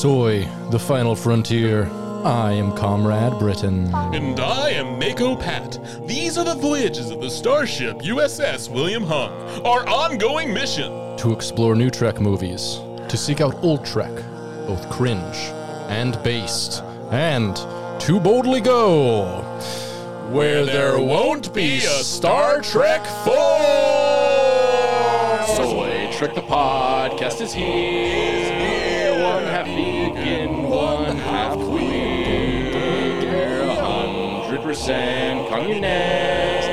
Soy, the final frontier. I am Comrade Britain. And I am Mako Pat. These are the voyages of the starship USS William Hunt, our ongoing mission. To explore new Trek movies, to seek out old Trek, both cringe and based, and to boldly go where there won't be a Star Trek 4! Soy Trek the podcast is here. One half vegan, one half queen. They're a hundred percent communist.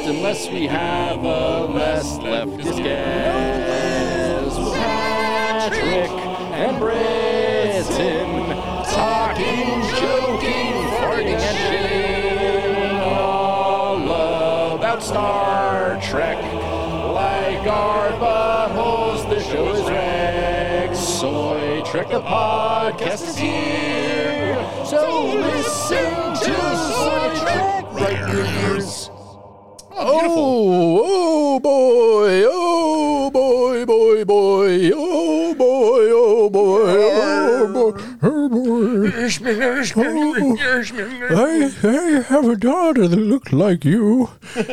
Unless we have a less leftist guest. We'll have Patrick and Britain talking, joking, farting, and shitting all about Star Trek. Like our buttholes, the show is wrecked. Soy Trek the podcast is here. So listen to Soy Trek right in your ears. Oh, oh boy, oh boy, boy, boy, oh boy, oh boy, oh boy, oh boy. Oh, I, I have a daughter that looks like you.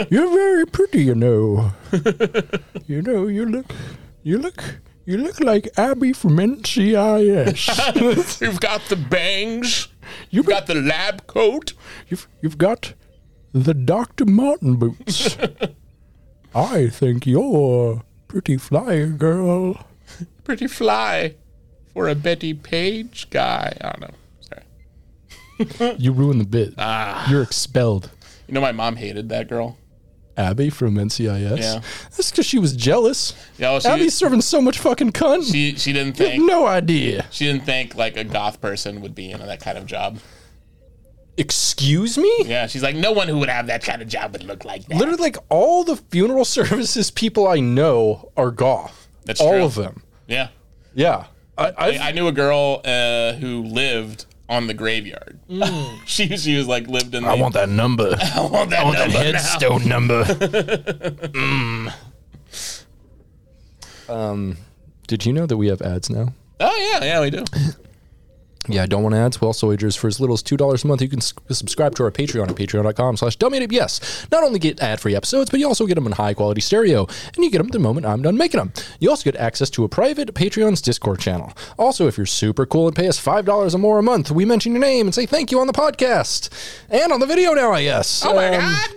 You're very pretty, you know. you know, you look, you look, you look like Abby from NCIS. You've got the bangs. You've You've got the lab coat. You've, you've got the Dr. Martin boots. I think you're pretty fly, girl. Pretty fly for a Betty Page guy. I don't know. Sorry. You ruined the bit. Ah. You're expelled. You know, my mom hated that girl. Abby from NCIS. Yeah. That's because she was jealous. Yeah, well, she- Abby's serving so much fucking cunt. She, she didn't You have think no idea. she didn't think like a goth person would be in that kind of job. Excuse me? Yeah, she's like, no one who would have that kind of job would look like that. Literally, like all the funeral services people I know are goth. That's all true. of them. Yeah. Yeah. I, I've, I knew a girl uh, who lived on the graveyard. she she was like lived in. The, Mm. I want that number. I want that, that number now. headstone number. mm. Um, did you know that we have ads now? Oh yeah, yeah we do. Yeah, I don't want ads. Well, so wagers for as little as two dollars a month, you can s- subscribe to our Patreon at patreon.com/slash Yes, not only get ad-free episodes, but you also get them in high-quality stereo, and you get them the moment I'm done making them. You also get access to a private Patreon's Discord channel. Also, if you're super cool and pay us five dollars or more a month, we mention your name and say thank you on the podcast and on the video now. I guess. Oh my God.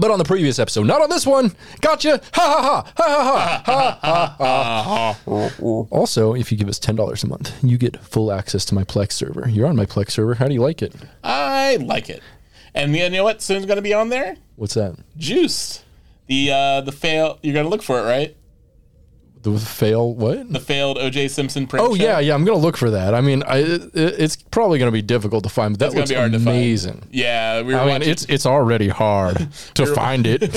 But on the previous episode, not on this one. Gotcha! Ha ha ha! Ha ha ha! Also, if you give us ten dollars a month, you get full access to my Plex server. You're on my Plex server. How do you like it? I like it. And you know what? Soon's gonna be on there. What's that? Juiced. The uh, the fail. You're gonna look for it, right? The fail? What? The failed O.J. Simpson prank. Oh show. yeah, yeah. I'm gonna look for that. I mean, I, it, it's probably gonna be difficult to find, but that It's looks gonna be hard to amazing. find. Yeah, we were I mean, watching. it's it's already hard to find it.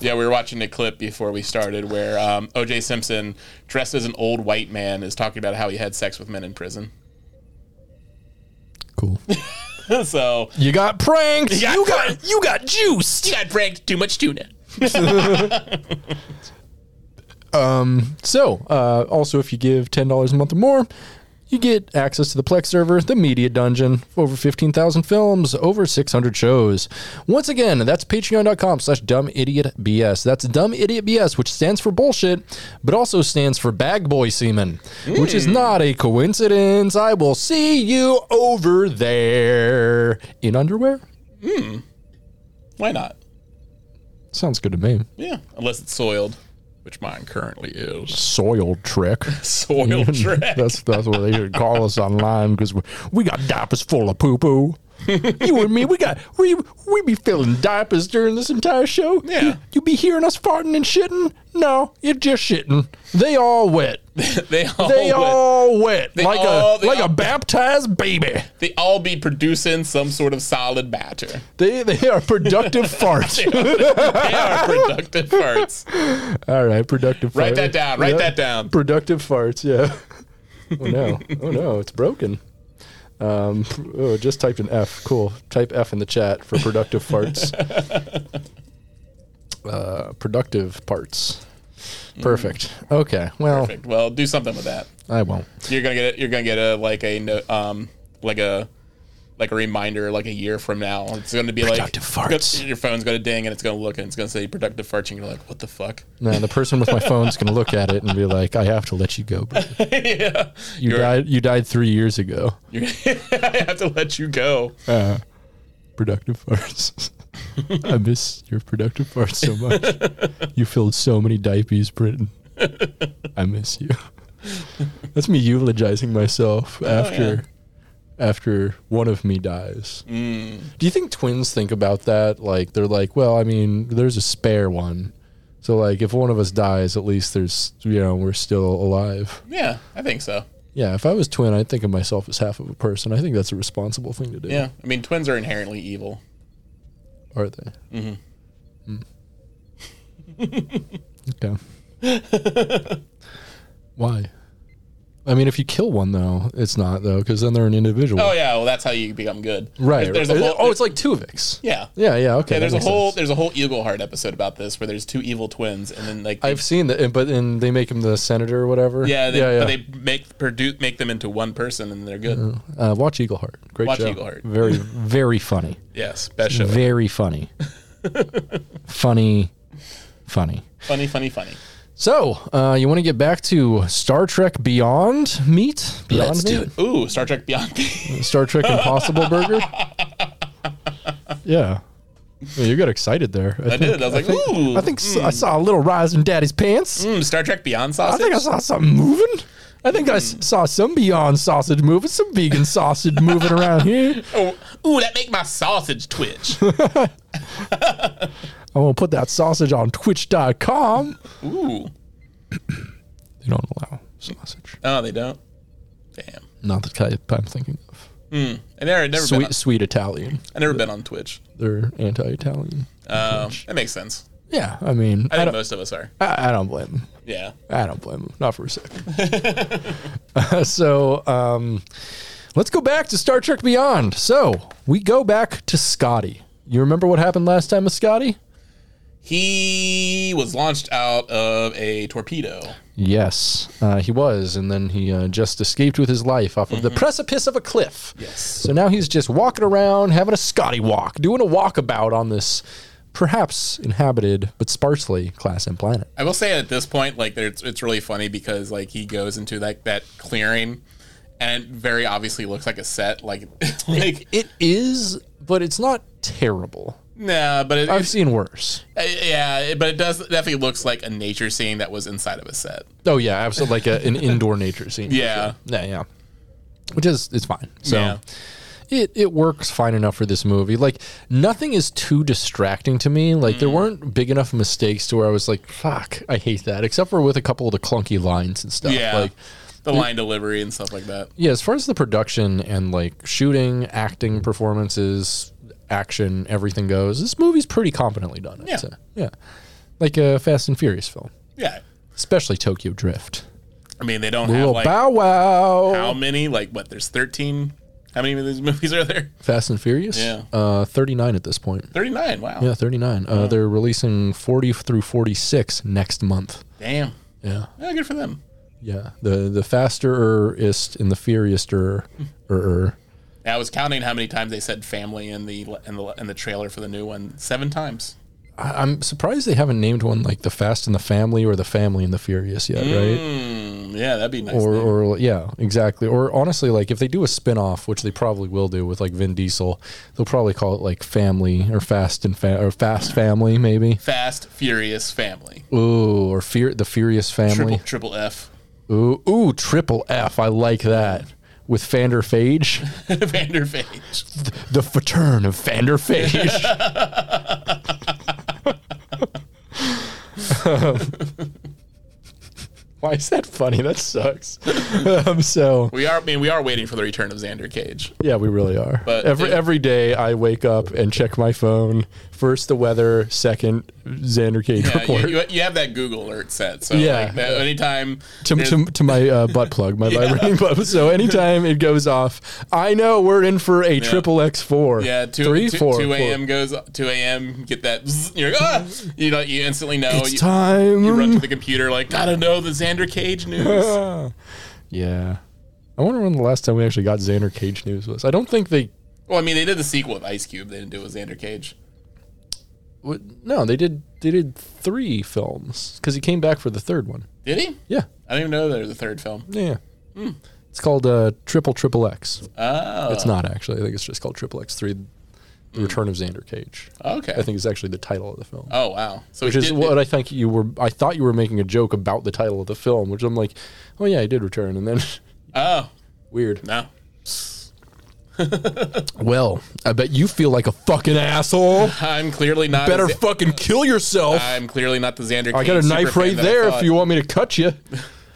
yeah, we were watching a clip before we started where um, O.J. Simpson, dressed as an old white man, is talking about how he had sex with men in prison. cool. so You got pranked. You got got you got, juiced. you got pranked. Too much tuna. So, uh, also, if you give ten dollars a month or more, you get access to the Plex server, the Media Dungeon, over fifteen thousand films, over six hundred shows. Once again, that's Patreon.com/slash Dumb Idiot BS. That's Dumb Idiot BS, which stands for bullshit, but also stands for Bag Boy Semen, which is not a coincidence. I will see you over there in underwear. Why not? Sounds good to me. Yeah, unless it's soiled, which mine currently is. Soil trick. Soil track. That's that's what they should call us online because we, we got diapers full of poo poo. you and me, we got we we be filling diapers during this entire show. Yeah. you, you be hearing us farting and shitting. No, you're just shitting. They all wet. They all They would- all wet like all- a they like all- a baptized baby. they all be producing some sort of solid batter. They they are productive farts. They are productive parts. all right, productive. farts. Write that down. Write Yeah. that down. Productive farts. Yeah. Oh no. Oh no. It's broken. Um, oh, just typed an F. Cool. Type F in the chat for productive farts. uh, productive parts. Perfect. Okay. Well, Perfect. Well, do something with that. I won't. You're gonna get it. You're gonna get a like a no- um like a like a reminder like a year from now. It's gonna be Productive like farts. Your phone's gonna ding and it's gonna look and it's gonna say productive farts. And you're like, what the fuck? No, the person with my phone's gonna look at it and be like, "I have to let you go. Bro. yeah, You You're- died. You died three years ago." You're- I have to let you go. productive farts. I miss your productive farts so much. you filled so many diapers, Britain. I miss you. That's me eulogizing myself after after one of me dies. Do you think twins think about that? Like they're like, well, I mean, there's a spare one. So like if one of us dies, at least there's you know, we're still alive. Yeah, I think so. Yeah, if I was twin, I'd think of myself as half of a person. I think that's a responsible thing to do. Yeah, I mean twins are inherently evil. Are they? Mm-hmm. okay. Mm. Why? I mean, if you kill one though, it's not though, because then they're an individual, Oh yeah, well that's how you become good. right? There's, there's a whole. oh, it's like Tuvix. yeah. Yeah, yeah, okay. Yeah, that there's a makes whole sense. there's a whole Eagle Heart episode about this where there's two evil twins and then like they- I've seen that, but and they make him the senator or whatever. yeah, they, yeah, But they make produce make them into one person and they're good. uh, watch Eagle Heart. Great Watch show. Eagle Heart. Very, very funny. Yes, best show. Very funny. funny, funny. Funny, funny, funny. So, uh, you want to get back to Star Trek Beyond Meat? Beyond Meat? Ooh, Star Trek Beyond. Star Trek Impossible Burger. Yeah. Yeah, you got excited there. I, did. I was like, think, ooh, I think s- I saw a little rise in Daddy's pants. Mm, Star Trek Beyond I sausage. think I saw something moving. I think I Mm. s- saw some Beyond sausage moving, some vegan sausage moving around here. oh, ooh, that make my sausage twitch. I'm gonna put that sausage on Twitch.com. ooh. They don't allow sausage. Oh, they don't. Damn. Not the type I'm thinking of. And there, I've never been. On, Sweet, sweet Italian. I've never been on Twitch. They're anti-Italian. Um, that makes sense. Yeah, I mean, I I think don't, most of us are. I, I don't blame them. Yeah. I don't blame him, not for a second. so um, let's go back to Star Trek Beyond. So we go back to Scotty. You remember what happened last time with Scotty? He was launched out of a torpedo. Yes, uh, he was, and then he uh, just escaped with his life off of the precipice of a cliff. Yes. So now he's just walking around, having a Scotty walk, doing a walkabout on this perhaps inhabited but sparsely class M planet. I will say at this point, like, there's, it's really funny because like he goes into like that clearing, and it very obviously looks like a set. Like, like It is, but it's not terrible. nah, but it, I've seen worse. Uh, Yeah, it- but it does it definitely looks like a nature scene that was inside of a set. Oh yeah, absolutely, like a, an indoor nature scene. for Yeah. sure. yeah, yeah. Which is it's fine. So Yeah. it it works fine enough for this movie. Like nothing is too distracting to me. Like Mm. there weren't big enough mistakes to where I was like, "Fuck, I hate that." Except for with a couple of the clunky lines and stuff. Yeah, Like the line delivery and stuff like that. yeah, as far as the production and like shooting, acting, performances, action, everything goes, this movie's pretty competently done. I'd Yeah. say. yeah. Like a Fast and Furious film, Yeah, especially Tokyo Drift. I mean they don't have Little like bow wow. how many like what? There's thirteen. How many of these movies are there? Fast and Furious? Yeah. Uh, 39 at this point. Thirty nine. Wow. Yeah, 39. Uh, They're releasing 40 through 46 next month. Damn. Yeah. Yeah, good for them. Yeah. The the fasterist and the furiouster. er. I was counting how many times they said family in the in the in the trailer for the new one. Seven times. I- I'm surprised they haven't named one like the Fast and the Family or the Family and the Furious yet, right? Mm, yeah, that'd be nice. Or, name. or yeah, exactly. Or honestly, like if they do a spin off, which they probably will do with like Vin Diesel, they'll probably call it like Family or Fast and fa- or Fast Family maybe. Fast Furious Family. Ooh, or Fear the Furious Family. Triple triple F. Ooh, ooh, triple F. I like that. With Vander Phage, Vanderfage. the fratern of Vander Phage. Um, Why is that funny? That sucks. um, so We are. I mean, we are waiting for the return of Xander Cage. yeah, we really are. But every it- every day I wake up and check my phone. First the weather, second Xander Cage Yeah, you, report. you, you have that Google alert set. So Yeah. like that, anytime to, there's- to, to my uh, butt plug, my vibrating butt. So anytime it goes off, I know we're in for a triple X four. Yeah, two, three, two, four, two four. a.m. goes two a.m. Get that zzz, you're like, ah! you know you instantly know It's oh, you, time. you run to the computer like gotta know the Xander Cage news. yeah, I wonder when the last time we actually got Xander Cage news was. I don't think they. well, I mean they did the sequel with Ice Cube, they didn't do it with Xander Cage. would- No, they did. They did three films because he came back for the third one. Did he? Yeah, I don't even know there was a third film. yeah. yeah. Hmm. It's called uh, Triple Triple X. Oh, It's not actually. I think it's just called Triple X Three: The Return of Xander Cage. okay. I think it's actually the title of the film. Oh wow. So which is what I think you were. I thought you were making a joke about the title of the film, which I'm like, oh yeah, I did return, and then oh weird. no. Well, I bet you feel like a fucking asshole. I'm clearly not. Better a Xa- fucking kill yourself. I'm clearly not the Xander. Cage I got a knife superfan right that I there. If thought. you want me to cut you,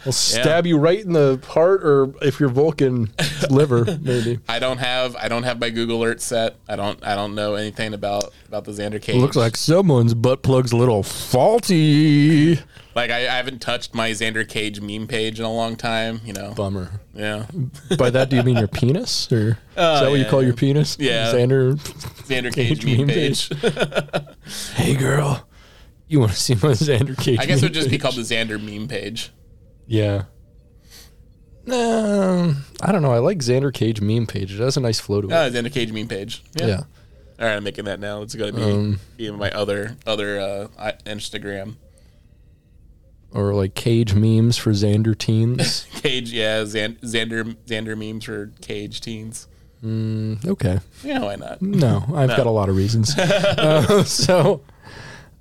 I'll stab you right in the heart, or if you're Vulcan, liver maybe. I don't have I don't have my Google Alert set. I don't I don't know anything about about the Xander Cage. Looks like someone's butt plug's a little faulty. Like I, I haven't touched my Xander Cage meme page in a long time, you know. Bummer. Yeah. By that, do you mean your penis, or is that what you yeah, call your penis? Yeah. Xander Xander Cage, Cage meme meme page. Hey girl, you want to see my Xander Cage? I guess it would meme just be page? called the Xander meme page. Yeah. Um, I don't know. I like Xander Cage meme page. It has a nice flow to it. Oh, Xander Cage meme page. Yeah. yeah. Um, All right, I'm making that now. It's going to be, be in my other other uh, I- Instagram. Or like cage memes for Xander teens. Cage, yeah, Xan- Xander Xander memes for Cage teens. okay. Yeah, why not? No, I've got a lot of reasons. Uh, so,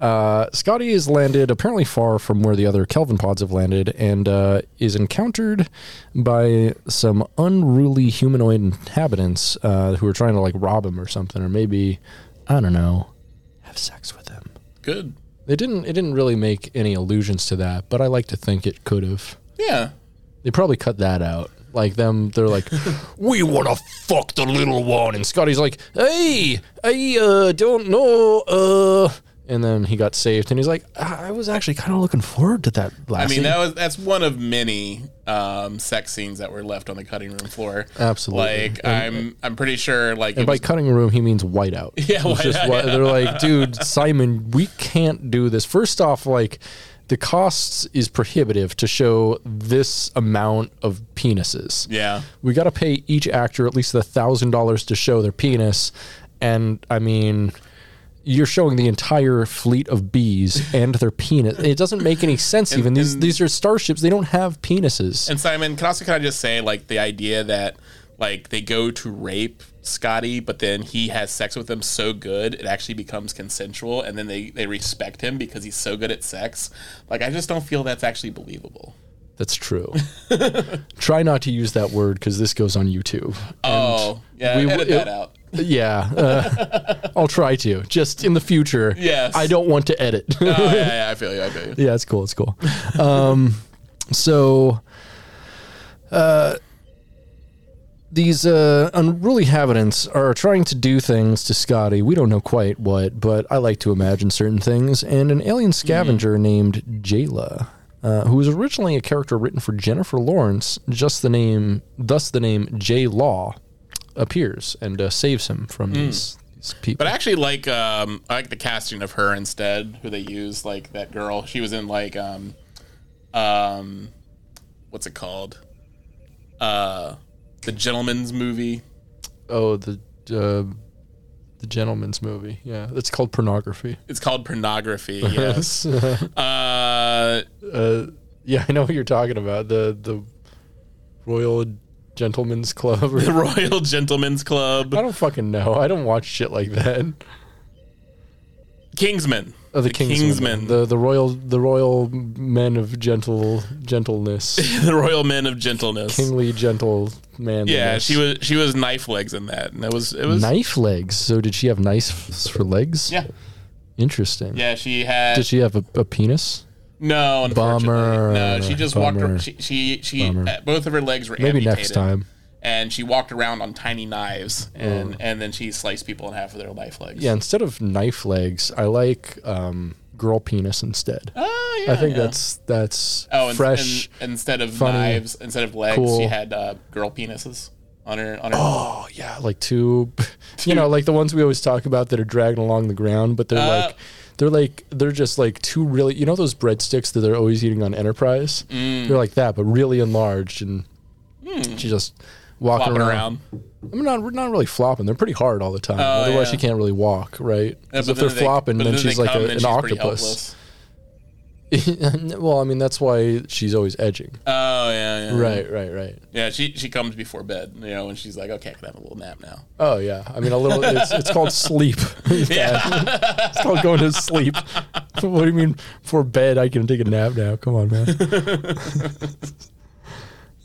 uh, Scotty has landed apparently far from where the other Kelvin pods have landed and uh, is encountered by some unruly humanoid inhabitants uh, who are trying to like rob him or something, or maybe, I don't know, have sex with him. Good. They didn't. It didn't really make any allusions to that, but I like to think it could have. Yeah. They probably cut that out. Like them, they're like, "We want to fuck the little one," and Scotty's like, "Hey, I uh, don't know." Uh, and then he got saved, and he's like, "I I was actually kind of looking forward to that last." I mean, scene." that was that's one of many um, sex scenes that were left on the cutting room floor. Absolutely. Like I'm I'm pretty sure like it and by was- cutting room, he means whiteout. Yeah, It's just whiteout, what- they're like, dude, Simon, we can't do this. First off, like the costs is prohibitive to show this amount of penises. yeah. we got to pay each actor at least a thousand dollars to show their penis, and I mean, you're showing the entire fleet of bees and their penis. It doesn't make any sense. even these and- these are starships; they don't have penises. And Simon, can also can I just say like the idea that like they go to rape Scotty, but then he has sex with them so good it actually becomes consensual, and then they they respect him because he's so good at sex. Like I just don't feel that's actually believable. That's true. Try not to use that word because this goes on YouTube. oh yeah, we edit w- that out. Yeah, uh, I'll try to. Just in the future. Yes. I don't want to edit. Oh, yeah, yeah, I feel you. I feel you. yeah, it's cool. It's cool. Um, so, uh, these uh, unruly habitants are trying to do things to Scotty. We don't know quite what, but I like to imagine certain things. And an alien scavenger named Jayla. Uh, who was originally a character written for Jennifer Lawrence? Just the name, thus the name J Law, appears and uh, saves him from these, these people. But I actually like um I like the casting of her instead, who they used, like that girl. She was in like um um what's it called? Uh the gentleman's movie. Oh, the uh, the gentleman's movie. Yeah, that's called pornography. It's called pornography, yes. uh, uh yeah, I know what you're talking about. The the Royal Gentleman's Club. Or, the Royal Gentlemen's Club. I don't fucking know. I don't watch shit like that. Kingsman. Oh, the, Kingsmen. The the royal the royal men of gentle gentleness, The, Royal Men of Gentleness. kingly gentle man. yeah, she was she was knife legs in that. And it was it was knife legs. So did she have knives for legs? Yeah. Interesting. Yeah, she had Did she have a, a penis? No, unfortunately, Bummer. no. She just walked. Bummer. Ar- she she, she Bummer. uh, both of her legs were Maybe amputated, next time. And she walked around on tiny knives, and and then she sliced people in half with her knife legs. Oh. Yeah, instead of knife legs, I like um, girl penis instead. Oh, yeah I think yeah. that's that's oh, and, fresh. and instead of funny, knives, instead of legs, she cool. had uh, girl penises on her on her. oh yeah, like two, you know, like the ones we always talk about that are dragging along the ground, but they're Uh, like they're like they're just like two really, you know, those breadsticks that they're always eating on Enterprise. Mm. They're like that, but really enlarged, and she just walking Hmm. flopping around. around. Oh, I mean, not not really flopping. They're pretty hard all the time. Otherwise, yeah. she can't really walk, right? Yeah, 'Cause but if they're then they- flopping, but then then they she's like come a, and an she's pretty octopus. helpless. well, I mean, that's why she's always edging. Oh yeah, yeah, yeah. Right, right, right. Yeah, she she comes before bed, you know, and she's like, "Okay, I can have a little nap now." Oh yeah. I mean, a little. It's, it's called sleep. it's called going to sleep. What do you mean for bed? I can take a nap now. Come on, man.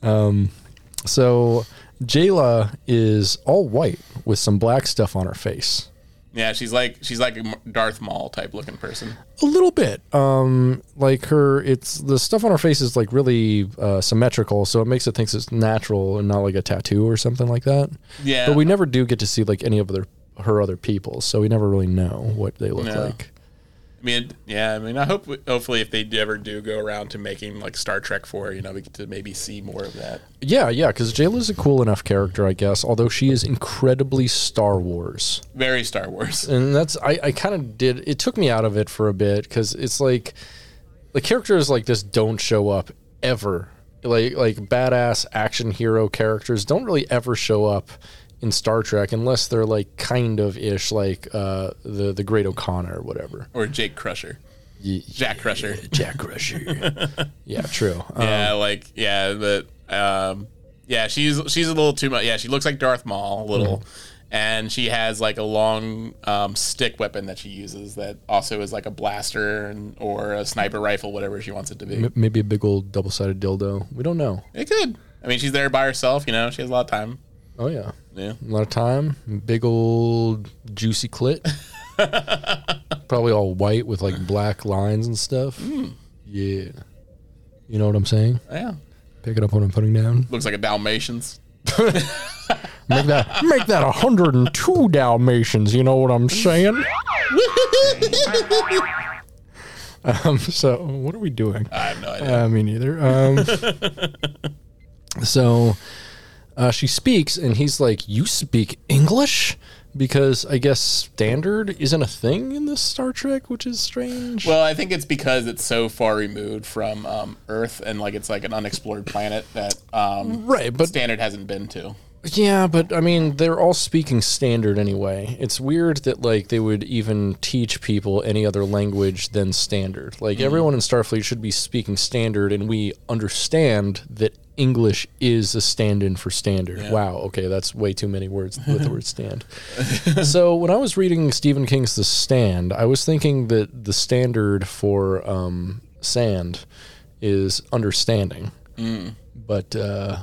um. So Jayla is all white with some black stuff on her face. Yeah, she's like she's like a Darth Maul type looking person. A little bit. Um, like her, it's the stuff on her face is like really uh, symmetrical, so it makes it thinks it's natural and not like a tattoo or something like that. Yeah, But we never do get to see like any of their her other people, so we never really know what they look No. like. I mean, yeah, I mean, I hope hopefully if they ever do go around to making like Star Trek Four, you know, we get to maybe see more of that. Yeah, yeah, because Jayla's a cool enough character, I guess. Although she is incredibly Star Wars. Very Star Wars. and that's I, I kind of did it took me out of it for a bit because it's like the characters like this don't show up ever like like badass action hero characters don't really ever show up in Star Trek unless they're like kind of ish like uh, the the Great O'Connor or whatever Or Jake Crusher, Ye- Jack Crusher. Jack Crusher yeah true Um, Yeah, like yeah, but um, yeah, she's she's a little too much. Yeah, she looks like Darth Maul a little, and she has like a long um, stick weapon that she uses that also is like a blaster and, or a sniper rifle, whatever she wants it to be. m- maybe a big old double sided dildo we don't know It could. I mean, she's there by herself. You know, she has a lot of time. oh yeah Yeah. A lot of time, big old juicy clit. Probably all white with like black lines and stuff. Yeah. You know what I'm saying? Yeah. Picking up what I'm putting down. Looks like a Dalmatians. Make that make that 102 Dalmatians, you know what I'm saying? um, so what are we doing? I have no idea. Uh, me neither. Um, so uh, she speaks, and he's like, "You speak English?" Because I guess standard isn't a thing in this Star Trek, which is strange. Well, I think it's because it's so far removed from um, Earth and like it's like an unexplored planet that um, right, but Standard hasn't been to. yeah, but I mean, they're all speaking standard anyway. It's weird that like they would even teach people any other language than standard. Like everyone in Starfleet should be speaking standard, and we understand that English is a stand-in for standard. Wow, okay, that's way too many words with the word stand. so when I was reading Stephen King's The Stand, I was thinking that the standard for um, sand is understanding, but. Uh,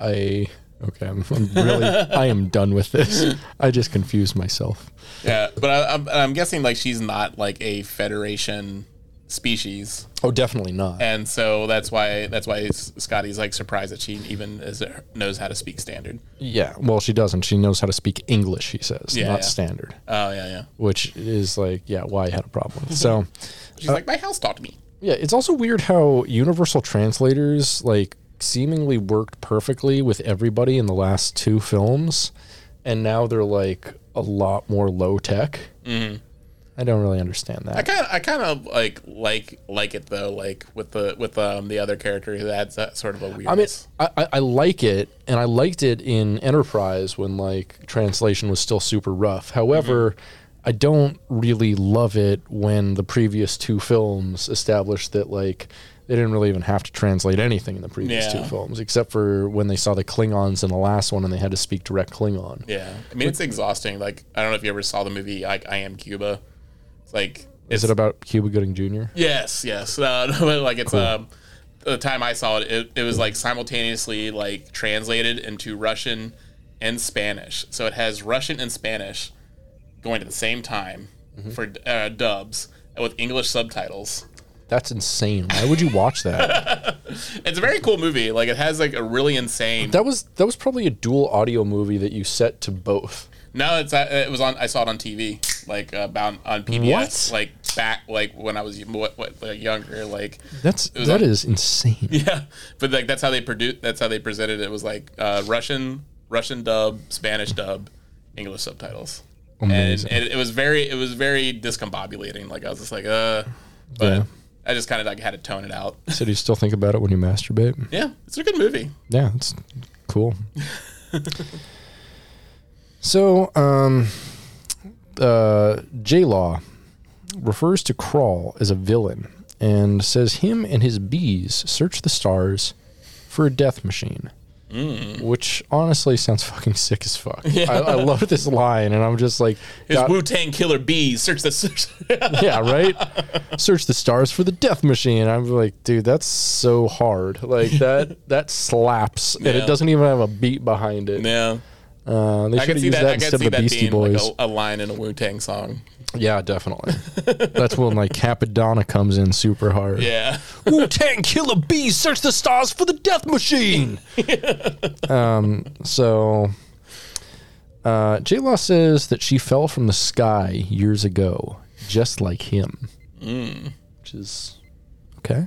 I okay. I'm, I'm really. I am done with this. I just confused myself. Yeah, but I, I'm, I'm guessing like she's not like a Federation species, Oh, definitely not. and so that's why that's why S- Scotty's like surprised that she even is, knows how to speak Standard. Yeah. Well, she doesn't. She knows how to speak English. She says, Yeah, not yeah. standard, Oh yeah, yeah. which is like, yeah, why I had a problem. with. So, Uh, She's like my house taught me. yeah, it's also weird how universal translators like seemingly worked perfectly with everybody in the last two films, and now they're like a lot more low tech. Mm-hmm. I don't really understand that. I kind of, I kind of like like like it though, like with the with um, the other character who adds that sort of a weirdness. I mean, I, I, I like it, and I liked it in Enterprise when like translation was still super rough. However, I don't really love it when the previous two films established that like they didn't really even have to translate anything in the previous Yeah. two films, except for when they saw the Klingons in the last one and they had to speak direct Klingon. Yeah, I mean it's exhausting. Like I don't know if you ever saw the movie like I Am Cuba. It's like Is it's, it about Cuba Gooding Jr.? yes, yes. Uh, no, but, like it's um, the time I saw it, it, it was like simultaneously like translated into Russian and Spanish. So it has Russian and Spanish going at the same time for uh, dubs with English subtitles. That's insane. Why would you watch that? It's a very cool movie. Like it has like a really insane. that was that was probably a dual audio movie that you set to both. No, it's uh, it was on. I saw it on TV, like uh, bound on PBS, What? like back like when I was what, what, like younger, like That's was that on- is insane. yeah. But like that's how they produced. That's how they presented it. It was like uh, Russian Russian dub, Spanish dub, English subtitles, Amazing. and it, it was very it was very discombobulating. Like I was just like uh, but Yeah. I just kind of like had to tone it out. So do you still think about it when you masturbate? yeah, it's a good movie. Yeah, it's cool. so, um, uh, J Law refers to Crawl as a villain and says him and his bees search the stars for a death machine. Which honestly sounds fucking sick as fuck. I, I love this line, and I'm just like, His God- Wu Tang Killer Bees search the search. yeah, right. Search the stars for the death machine. I'm like, dude, that's so hard. Like that that slaps, and Yeah. it doesn't even have a beat behind it. yeah. Uh, they I should can have see used that. that, I can instead see of the that Beastie being Boys. like a, a line in a Wu Tang song. yeah, definitely. That's when like Capadonna comes in super hard. Yeah, Wu Tang Killer Bees search the stars for the death machine. um, so uh, J Law says that she fell from the sky years ago, just like him. Mm. Which is okay.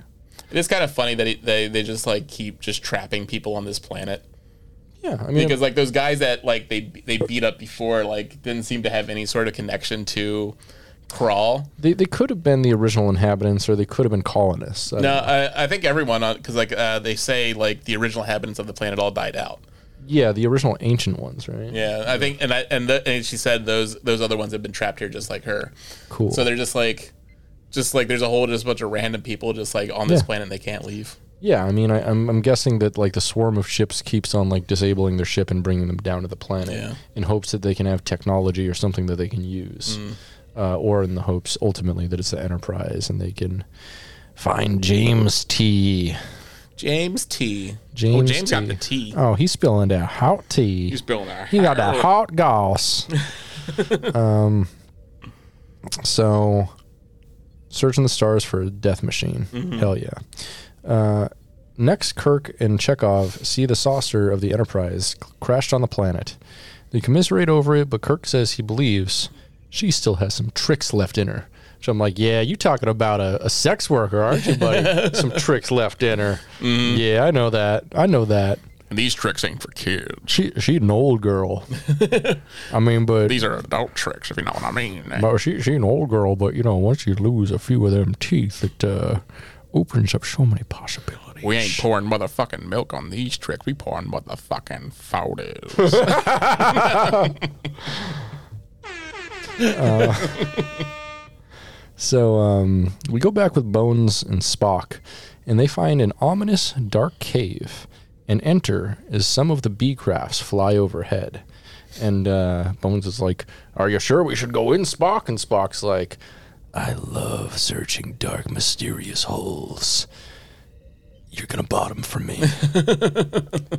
it is kind of funny that he, they they just like keep just trapping people on this planet Yeah, I mean, because like those guys that like they they beat up before like didn't seem to have any sort of connection to crawl. they, they could have been the original inhabitants, or they could have been colonists. Uh, I- No, I, I think everyone on because like uh, they say like the original inhabitants of the planet all died out. yeah, the original ancient ones, right? Yeah, I think and I and, the, and she said those those other ones have been trapped here just like her. Cool. So they're just like. Just like there's a whole just bunch of random people just like on this Yeah. planet and they can't leave. Yeah, I mean, I, I'm, I'm guessing that like the swarm of ships keeps on like disabling their ship and bringing them down to the planet Yeah. in hopes that they can have technology or something that they can use, Mm. uh, or in the hopes ultimately that it's the Enterprise and they can find James T. James T. James oh, James T. got the T. Oh, he's spilling that hot tea. He's building our He got that hot goss. um, so searching the stars for a death machine. Hell yeah. Uh, next, Kirk and Chekhov see the saucer of the Enterprise c- crashed on the planet. They commiserate over it, but Kirk says he believes she still has some tricks left in her. So I'm like, yeah, you talking about a, a sex worker, aren't you, buddy? some tricks left in her. Yeah, I know that. I know that. And these tricks ain't for kids. She she's an old girl. I mean, but These are adult tricks, if you know what I mean. but she she an old girl. But you know, once you lose a few of them teeth, it uh, opens up so many possibilities. we ain't pouring motherfucking milk on these tricks. We pouring motherfucking photos. So um, we go back with Bones and Spock, and they find an ominous dark cave and enter as some of the bee crafts fly overhead. And uh, Bones is like, Are you sure we should go in, Spock? And Spock's like, I love searching dark, mysterious holes. You're going to bottom for me.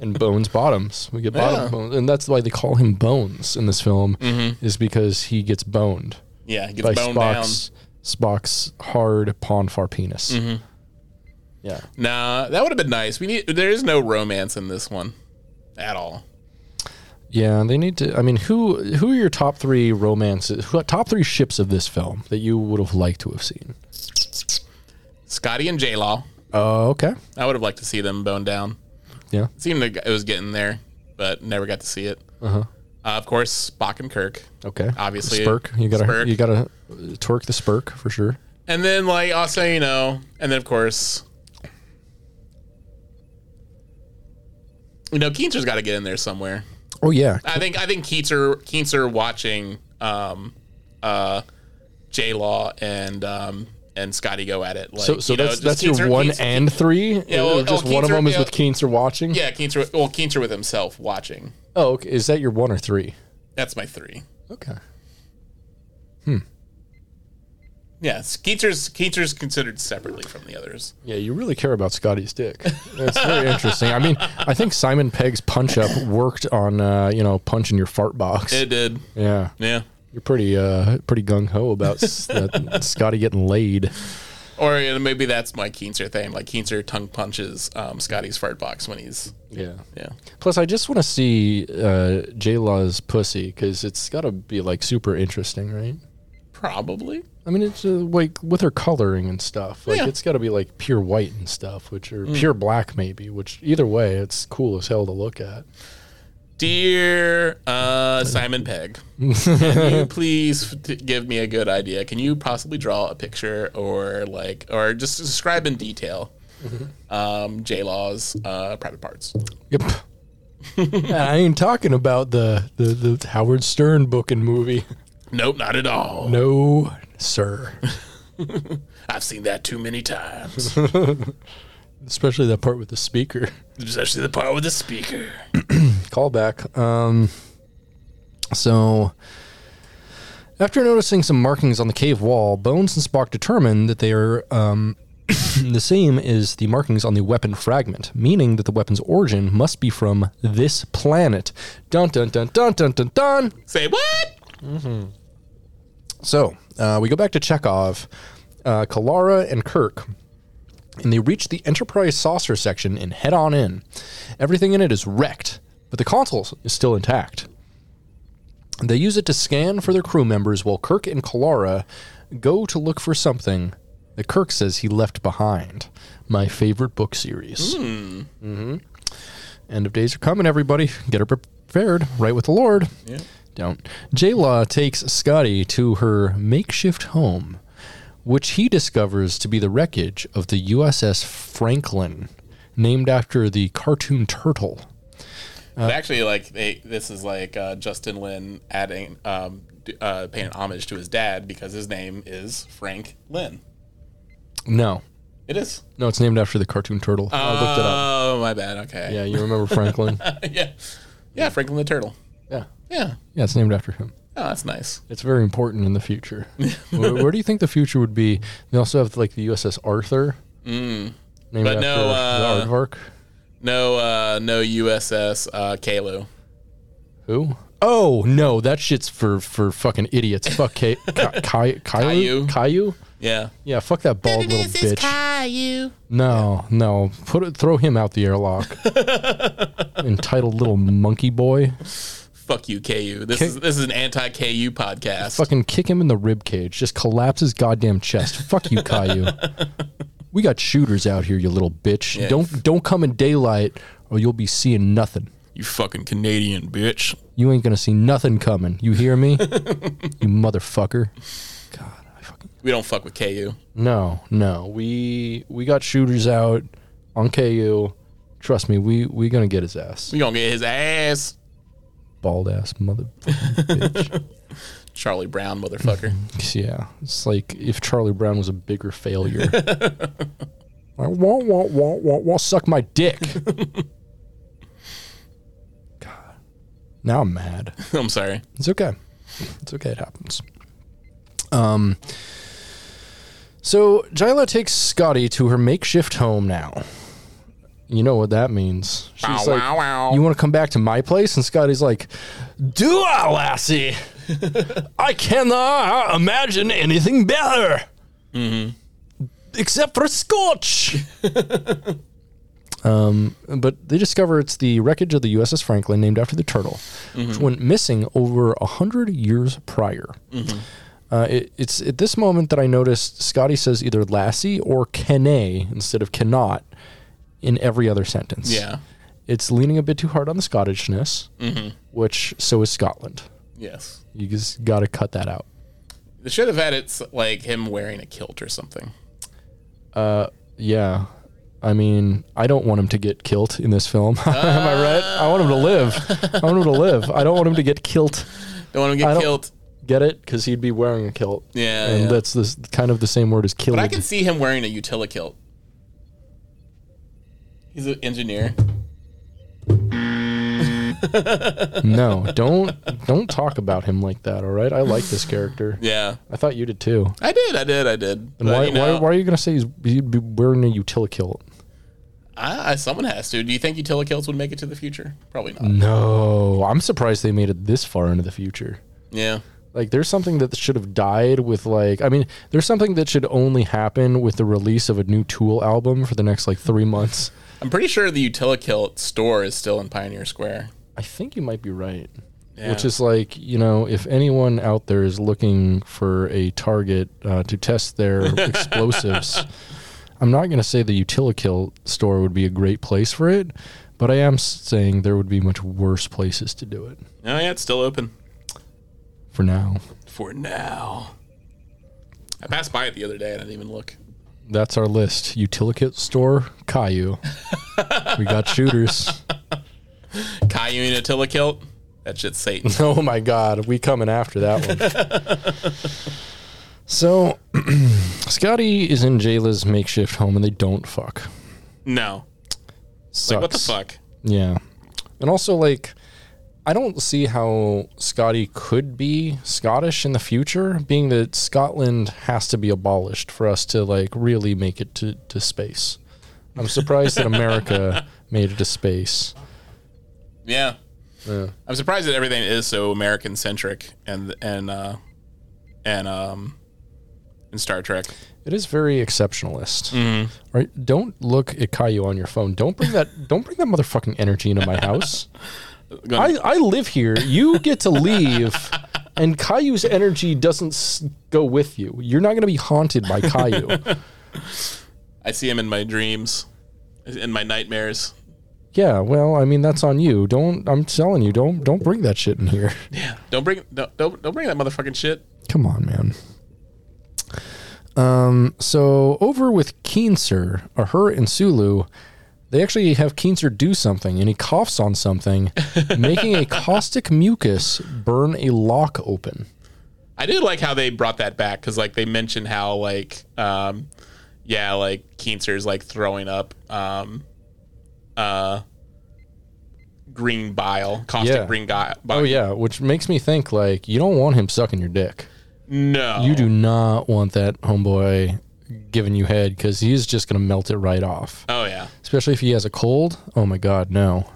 and Bones bottoms. We get bottom Yeah. bones. And that's why they call him Bones in this film, is because he gets boned yeah, he gets by boned Spock's Spock's hard pawn far penis. Mm-hmm. Yeah, down. Nah, that would have been nice. We need. There is no romance in this one, at all. yeah. They need to. I mean, who who are your top three romances? Who, top three ships of this film that you would have liked to have seen? Scotty and J Law. Uh, Oh, okay. I would have liked to see them boned down. Yeah. It seemed like it was getting there, but never got to see it. Uh-huh. of course, Spock and Kirk. Okay. Obviously, Spurk. You gotta Spurk. you gotta uh, twerk the Spurk for sure. And then like also you know, and then of course, you know, Keenster's got to get in there somewhere. Oh yeah. I think I think Keenster Keenster watching um, uh, J Law and um, and Scotty go at it. Like, So so you know, that's just that's your Keenster- one Keenster- and three. Yeah. well, just oh, one of Keenster- them is yeah. with Keenster watching. Yeah, Keenster. Well, Keenster with himself watching. Oh, okay. is that your one or three? That's my three. Okay. Yeah, Keenster's Keenster's considered separately from the others. Yeah, you really care about Scotty's dick. That's very interesting. I mean, I think Simon Pegg's punch up worked on uh, you know punching your fart box. It did. yeah, Yeah. you're pretty uh, pretty gung ho about s- that Scotty getting laid. Or you know, maybe that's my Keenster thing. Like Keenster tongue punches um, Scotty's fart box when he's Yeah. yeah. Plus, I just want to see uh, J Law's pussy because it's got to be like super interesting, right? Probably. I mean, it's uh, like with her coloring and stuff. Like Yeah. Mm. it's got to be like pure white and stuff, which are pure black maybe. Which either way, it's cool as hell to look at. Dear uh, Simon Pegg, can you please f- give me a good idea? Can you possibly draw a picture or like, or just describe in detail Mm-hmm. um, J Law's uh, private parts? Yep. I ain't talking about the, the the Howard Stern book and movie. Nope, not at all. No, sir. I've seen that too many times, Especially that part with the speaker. especially the part with the speaker. callback. Um, so, after noticing some markings on the cave wall, Bones and Spock determine that they are um, the same as the markings on the weapon fragment, meaning that the weapon's origin must be from this planet. Dun dun dun dun dun dun dun. Say what? So uh, we go back to Chekhov, uh, Kalara, and Kirk, and they reach the Enterprise saucer section and head on in. Everything in it is wrecked, but the console is still intact. They use it to scan for their crew members while Kirk and Kalara go to look for something that Kirk says he left behind. My favorite book series. Mm. hmm End of days are coming, everybody. Get her prepared. Right with the Lord. Yeah. Don't. J Law takes Scotty to her makeshift home, which he discovers to be the wreckage of the USS Franklin, named after the cartoon turtle. Uh. but actually, like they, this is like uh, Justin Lin adding, um, d- uh, paying homage to his dad because his name is Frank Lin. No. It is. No, it's named after the cartoon turtle. I looked it up. Oh, my bad. Okay. Yeah, you remember Franklin? yeah. Yeah, Franklin the Turtle. yeah. Yeah. Yeah, it's named after him. Oh, that's nice. It's very important in the future. where, where do you think the future would be? They also have like the USS Arthur. Mm. Named But after no, uh, the Aardvark. No, uh, no USS uh, Kalu. Who? Oh no, that shit's for for fucking idiots. Fuck K- Ki- Ki- Caillou. Caillou. Caillou. Yeah. Yeah, fuck that bald little bitch. Caillou. no, no, put it, throw him out the airlock. Entitled little monkey boy. Fuck you, KU. This is this is an anti KU podcast. Fucking kick him in the rib cage. Just collapse his goddamn chest. Fuck you, Caillou. We got shooters out here, you little bitch. Yeah. Don't don't come in daylight, or you'll be seeing nothing. You fucking Canadian bitch. You ain't gonna see nothing coming. You hear me? you motherfucker. God, I fucking We don't fuck with KU. No, no. We we got shooters out on KU. Trust me, we we gonna get his ass. We gonna get his ass. Bald ass mother bitch. Charlie Brown, motherfucker. yeah. It's like if Charlie Brown was a bigger failure. I won't won't won't won't won't suck my dick. God. Now I'm mad. I'm sorry. It's okay. It's okay. It happens. Um. So Jyla takes Scotty to her makeshift home now. You know what that means. She's Bow, like, wow, wow. "You want to come back to my place?" And Scotty's like, "Do I, lassie? I cannot imagine anything better, Mm-hmm. except for scotch." Um, but they discover it's the wreckage of the USS Franklin, named after the turtle, which Mm-hmm. went missing over a hundred years prior. Mm-hmm. Uh, it, it's at this moment that I noticed Scotty says either "lassie" or "canay" instead of "cannot" in every other sentence. Yeah. it's leaning a bit too hard on the Scottishness, Mm-hmm. which so is Scotland. Yes. You just got to cut that out. They should have had it s- like him wearing a kilt or something. Yeah. I mean, I don't want him to get kilt in this film. Am I right? I want him to live. I want him to live. I don't want him to get kilt. Don't want him to I get don't- kilt. Get it? Because he'd be wearing a kilt. Yeah, and yeah. that's this kind of the same word as killed. But I can see him wearing a utila kilt. He's an engineer. no, don't don't talk about him like that. All right, I like this character. Yeah. I thought you did too. I did, I did, I did. And But, why, you know, why why are you gonna say he's, he'd be wearing a utilikilt? I, I- someone has to. Do you think Utila Kills would make Mm. it to the future? Probably not. No, I'm surprised they made it this far into the future. Yeah. Like there's something that should have died with like I mean there's something that should only happen with the release of a new Tool album for the next like three months. I'm pretty sure the Utilikilt store is still in Pioneer Square. I think you might be right. Yeah. Which is like you know if anyone out there is looking for a target uh, to test their explosives, I'm not going to say the Utilikill store would be a great place for it, but I am s- saying there would be much worse places to do it oh yeah, it's still open for now. for now. I passed by it the other day and I didn't even look. That's our list. Utilikit store, Caillou. we got shooters. Caillou and Utilikilt. That shit's Satan. Oh my god, we coming after that one. so Scotty is in Jayla's makeshift home and they don't fuck. no. Sucks. Like what the fuck? Yeah. And also like I don't see how Scotty could be Scottish in the future, being that Scotland has to be abolished for us to like really make it to, to space. I'm surprised that America made it to space. Yeah. I'm surprised that everything is so American centric and and uh and um in Star Trek. It is very exceptionalist. Right? Don't look at Caillou on your phone. Don't bring that. don't bring that motherfucking energy into my house. I, I live here. You get to leave, and Caillou's energy doesn't s- go with you. You're not going to be haunted by Caillou. I see him in my dreams, in my nightmares. yeah. Well, I mean that's on you. Don't. I'm telling you. Don't. Don't bring that shit in here. Yeah. Don't bring don't don't, don't bring that motherfucking shit. Come on, man. Um, so over with Keenser, Ahura and Sulu, they actually have Keenser do something, and he coughs on something, making a caustic mucus burn a lock open. I do like how they brought that back because like they mentioned how like um yeah like Keenser's like throwing up um uh green bile caustic Yeah. green guy bile. Oh yeah, which makes me think like you don't want him sucking your dick. no You do not want that homeboy giving you head because he's just gonna melt it right off. oh yeah Especially if he has a cold. Oh my god, no.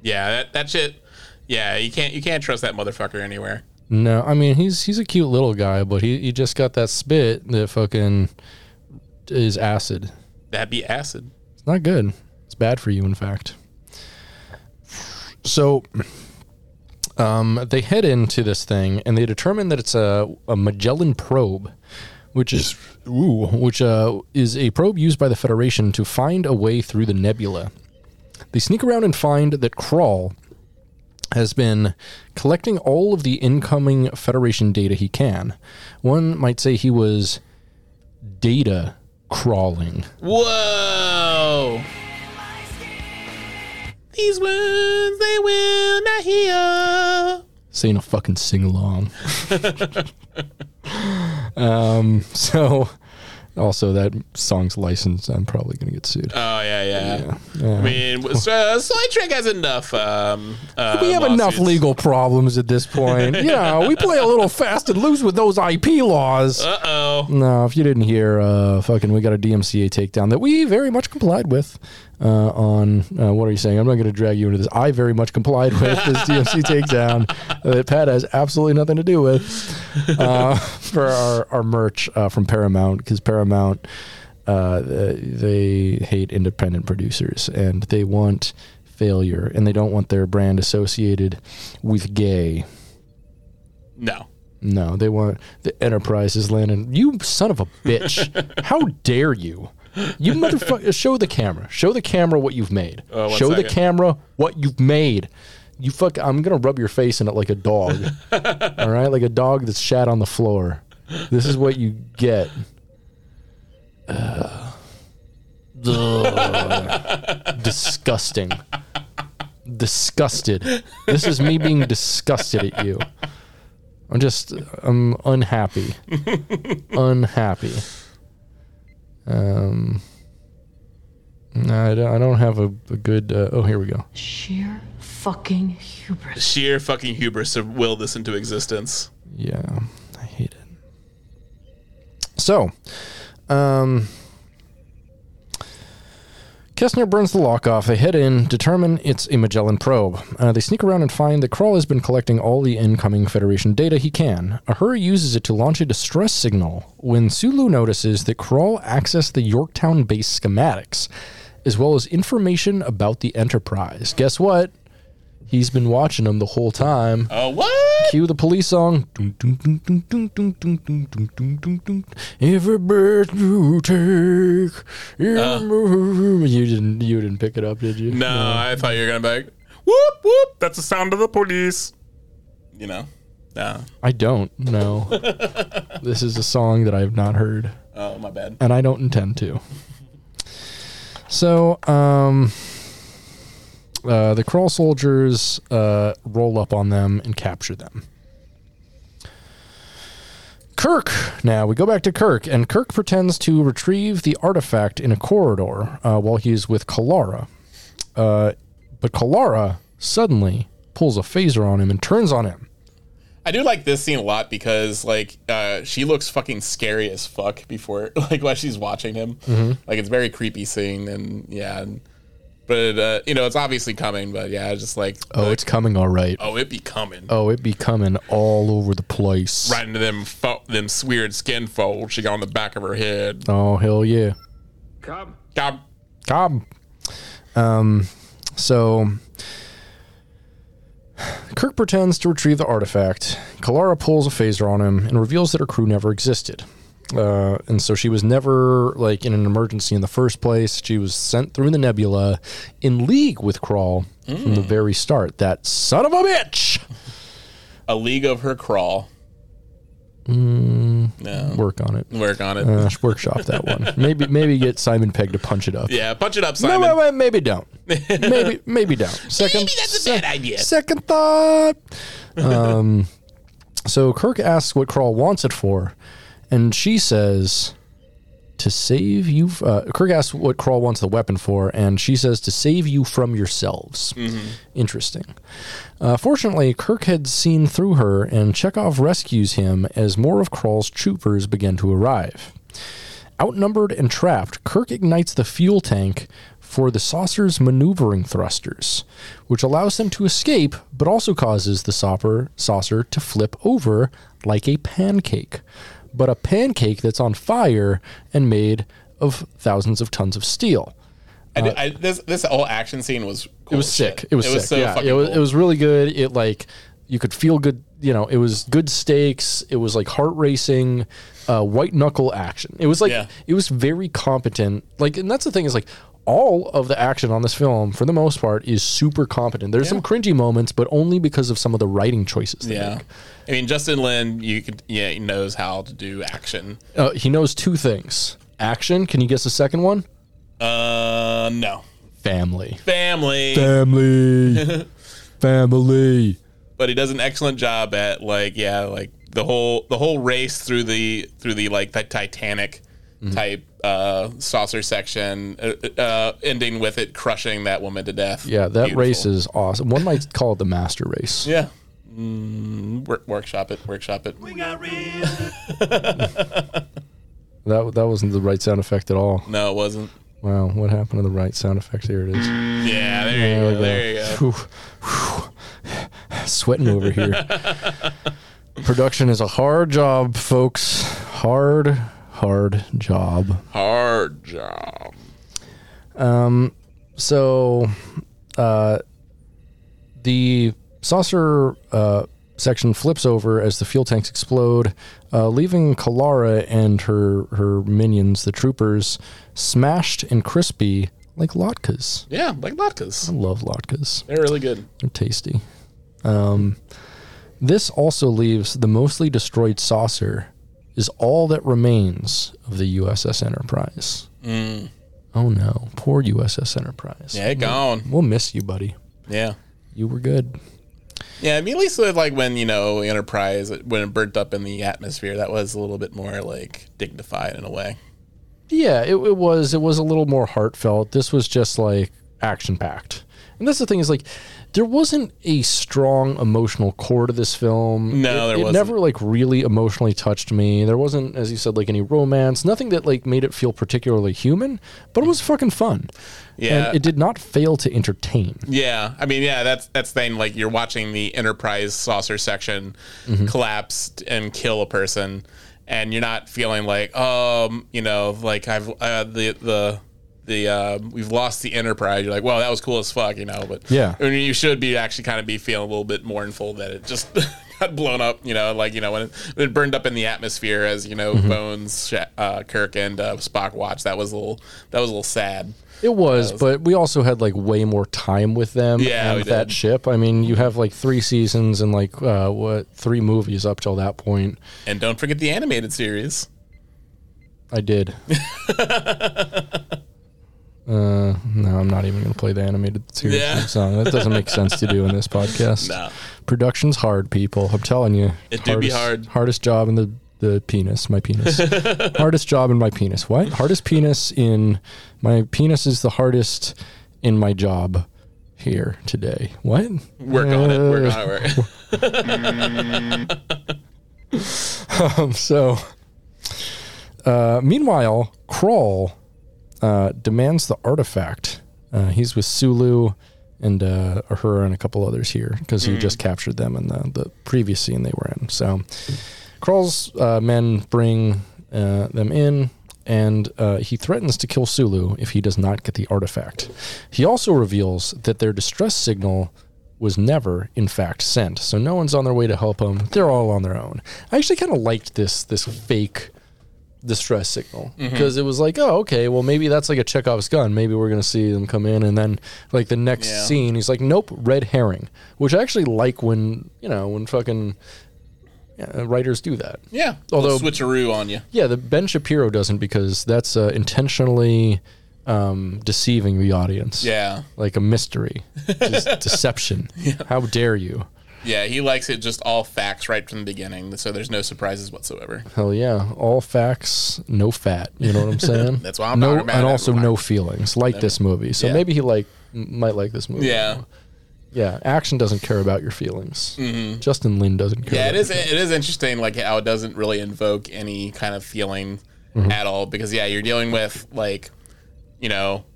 yeah that that shit yeah you can't you can't trust that motherfucker anywhere No, I mean he's he's a cute little guy, but he, he just got that spit that fucking is acid. that'd be acid It's not good. It's bad for you, in fact. So, um, they head into this thing and they determine that it's a, a Magellan probe, which is ooh, which uh, is a probe used by the Federation to find a way through the nebula. They sneak around and find that Crawl has been collecting all of the incoming Federation data he can. One might say he was data crawling. whoa these words they will not hear saying a fucking sing along. um, so, also that song's licensed. I'm probably gonna get sued. oh yeah yeah. Yeah. I mean, w- so, uh, Soy Trick has enough. Um, uh, we have enough lawsuits. legal problems at this point. you know, we play a little fast and loose with those IP laws. Uh-oh. No, if you didn't hear, uh, fucking, we got a DMCA takedown that we very much complied with. Uh, on uh, what are you saying? I'm not going to drag you into this. I very much complied with this DMC takedown that Pat has absolutely nothing to do with uh, for our our merch uh, from Paramount because Paramount uh, they hate independent producers and they want failure and they don't want their brand associated with gay. No. No, they want the Enterprise is landing. You son of a bitch! How dare you? You motherfucker! Show the camera. Show the camera what you've made. Uh, one show the second. camera what you've made. You fuck! I'm gonna rub your face in it like a dog. all right, like a dog that's shat on the floor. This is what you get. Ugh. Ugh. Disgusting. Disgusted. This is me being disgusted at you. I'm just I'm unhappy. unhappy. Um no, I don't, I don't have a, a good uh, oh here we go. Sheer fucking hubris. Sheer fucking hubris to will this into existence. Yeah. I hate it. So, um Kessner burns the lock off. They head in, determine it's a Magellan probe. Uh, they sneak around and find that Krull has been collecting all the incoming Federation data he can. Ahura uses it to launch a distress signal when Sulu notices that Krull accessed the Yorktown base schematics, as well as information about the Enterprise. Guess what? He's been watching them the whole time. Oh, what? Cue the police song. Dun, dun, dun, dun, dun, dun, dun, dun, dun, dun, dun, dun. Every breath you take, every move- you didn't you didn't pick it up, did you? No, I thought you were gonna be like, whoop whoop. That's the sound of the police. You know. No. I don't. No, this is a song that I have not heard, Oh, my bad. and I don't intend to. So, um, uh, the crawl soldiers uh, roll up on them and capture them. Kirk. Now we go back to Kirk, and Kirk pretends to retrieve the artifact in a corridor uh, while he is with Kalara. Uh, but Kalara suddenly pulls a phaser on him and turns on him. I do like this scene a lot because like uh, she looks fucking scary as fuck before like while she's watching him. Mm-hmm. Like it's a very creepy scene and yeah, and, but uh, you know it's obviously coming. But yeah, it's just like Oh, it's coming all right. oh it be coming Oh, it be coming all over the place. right into them fo- them weird skin folds she got on the back of her head. Oh, hell yeah. Come. God, Cobb. Um, so Kirk pretends to retrieve the artifact. Kalara pulls a phaser on him and reveals that her crew never existed. Uh, and so she was never like in an emergency in the first place. She was sent through the nebula in league with Crawl from Mm. the very start. That son of a bitch. a league of her crawl. No, Work on it. work on it. Uh, workshop that one. Maybe maybe get Simon Pegg to punch it up. yeah, punch it up, No, Simon. wait, wait, maybe don't. Maybe, maybe don't. Second, Maybe that's a bad idea. Second thought. Um, so Kirk asks what Crawl wants it for, and she says, "To save you." Uh, Kirk asks what Crawl wants the weapon for, and she says, "To save you from yourselves." Interesting. Uh, fortunately, Kirk had seen through her, and Chekhov rescues him as more of Crawl's troopers begin to arrive. Outnumbered and trapped, Kirk ignites the fuel tank for the saucer's maneuvering thrusters, which allows them to escape but also causes the saucer, saucer to flip over like a pancake. But a pancake that's on fire and made of thousands of tons of steel. I did- I- this this whole action scene was cool It was as sick. Oh, shit. It was sick. yeah, it was, it was really good. It like you could feel good. You know, it was good stakes. It was like heart racing, uh, white knuckle action. It was like Yeah. it was very competent. Like, and that's the thing is like all of the action on this film for the most part is super competent. There's some cringy moments, but only because of some of the writing choices. They Yeah, make. I mean Justin Lin, you could yeah, he knows how to do action. Uh, he knows two things: action. Can you guess the second one? Uh, no, Family. family, Family. Family. but he does an excellent job at like yeah, like the whole the whole race through the through the like the Titanic Mm-hmm. type uh saucer section, uh, uh, ending with it crushing that woman to death. Yeah, that Beautiful. race is awesome. One might call it the master race. yeah. Mm, work, workshop it, workshop it. That that wasn't the right sound effect at all. No, it wasn't. Wow, what happened to the right sound effect? Here it is. Yeah, there you go. There you Phew, go. phew. Sweating over here. Production is a hard job, folks. Hard, hard job. Hard job. So, uh, the saucer uh, section flips over as the fuel tanks explode, uh, leaving Kalara and her her minions, the troopers, smashed and crispy like latkes. Yeah, like latkes. Love latkes. They're really good. They're tasty. Um, this also leaves the mostly destroyed saucer is all that remains of the USS Enterprise. Oh no, poor USS Enterprise. Yeah, gone. We'll miss you, buddy. Yeah. You were good. Yeah, I mean, at least with, like when you know Enterprise when it burnt up in the atmosphere, that was a little bit more like dignified in a way. Yeah, it, it was. It was a little more heartfelt. This was just like action packed. And that's the thing is like there wasn't a strong emotional core to this film. No, it, there it wasn't. never like really emotionally touched me. There wasn't, as you said, like any romance, nothing that like made it feel particularly human. But it was fucking fun. Yeah. and it did not fail to entertain. Yeah, I mean, yeah, that's that's thing. Like you're watching the Enterprise saucer section collapse and kill a person, and you're not feeling like, um, you know, like I've uh, the the the uh, we've lost the Enterprise. You're like, well, that was cool as fuck, you know. But Yeah. I mean, you should be actually kind of be feeling a little bit mournful that it just got blown up, you know, like you know when it, when it burned up in the atmosphere as you know Bones, Sha- uh, Kirk, and uh, Spock watch. That was a little that was a little sad. It was, but we also had like way more time with them Yeah, and we that did. ship. I mean, you have like three seasons and like uh, what three movies up till that point. And don't forget the animated series. I did. uh, no, I'm not even going to play the animated series Yeah. theme song. That doesn't make sense to do in this podcast. No. Production's hard, people. I'm telling you. It do be hard. Hardest job in the, the penis, my penis. hardest job in my penis. What? Hardest penis in my penis is the hardest in my job here today. What? Work on it. Work on it. Work. Um, so, uh, meanwhile, Crawl uh, demands the artifact. Uh, he's with Sulu and uh, her and a couple others here because he just captured them in the, the previous scene they were in. So, Crawl's uh, men bring uh, them in. And uh, he threatens to kill Sulu if he does not get the artifact. He also reveals that their distress signal was never, in fact, sent. So no one's on their way to help them. They're all on their own. I actually kind of liked this this fake distress signal because it was like, oh, okay, well maybe that's like a Chekhov's gun. Maybe we're gonna see them come in, and then like the next Yeah. scene, he's like, nope, red herring. Which I actually like when you know when fucking uh, writers do that. Yeah. Although- Little switcheroo on you. Yeah, the Ben Shapiro doesn't because that's uh, intentionally um, deceiving the audience. Yeah. Like a mystery, just deception. How dare you? Yeah, he likes it just all facts right from the beginning, so there's no surprises whatsoever. Hell yeah. All facts, no fat. You know what I'm saying? That's why I'm no, not mad And at also everyone. no feelings. Like this movie. So Yeah. maybe he like m- might like this movie. Yeah. Yeah. Action doesn't care about your feelings. Justin Lin doesn't care. Mm-hmm. Yeah, it about is it is interesting like how it doesn't really invoke any kind of feeling at all because yeah, you're dealing with like, you know,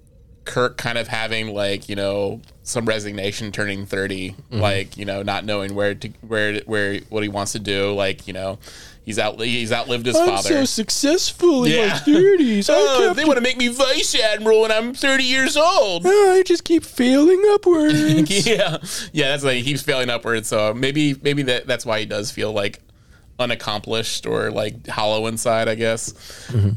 Kirk kind of having like, you know, some resignation turning 30, like, you know, not knowing where to where where what he wants to do, like, you know, he's out he's outlived his I'm father. so successful in my Yeah. 30s. I, Oh, kept- they want to make me vice admiral when I'm 30 years old. Oh, I just keep failing upwards. yeah, yeah, that's like he keeps failing upwards. So maybe maybe that that's why he does feel like unaccomplished or like hollow inside, I guess.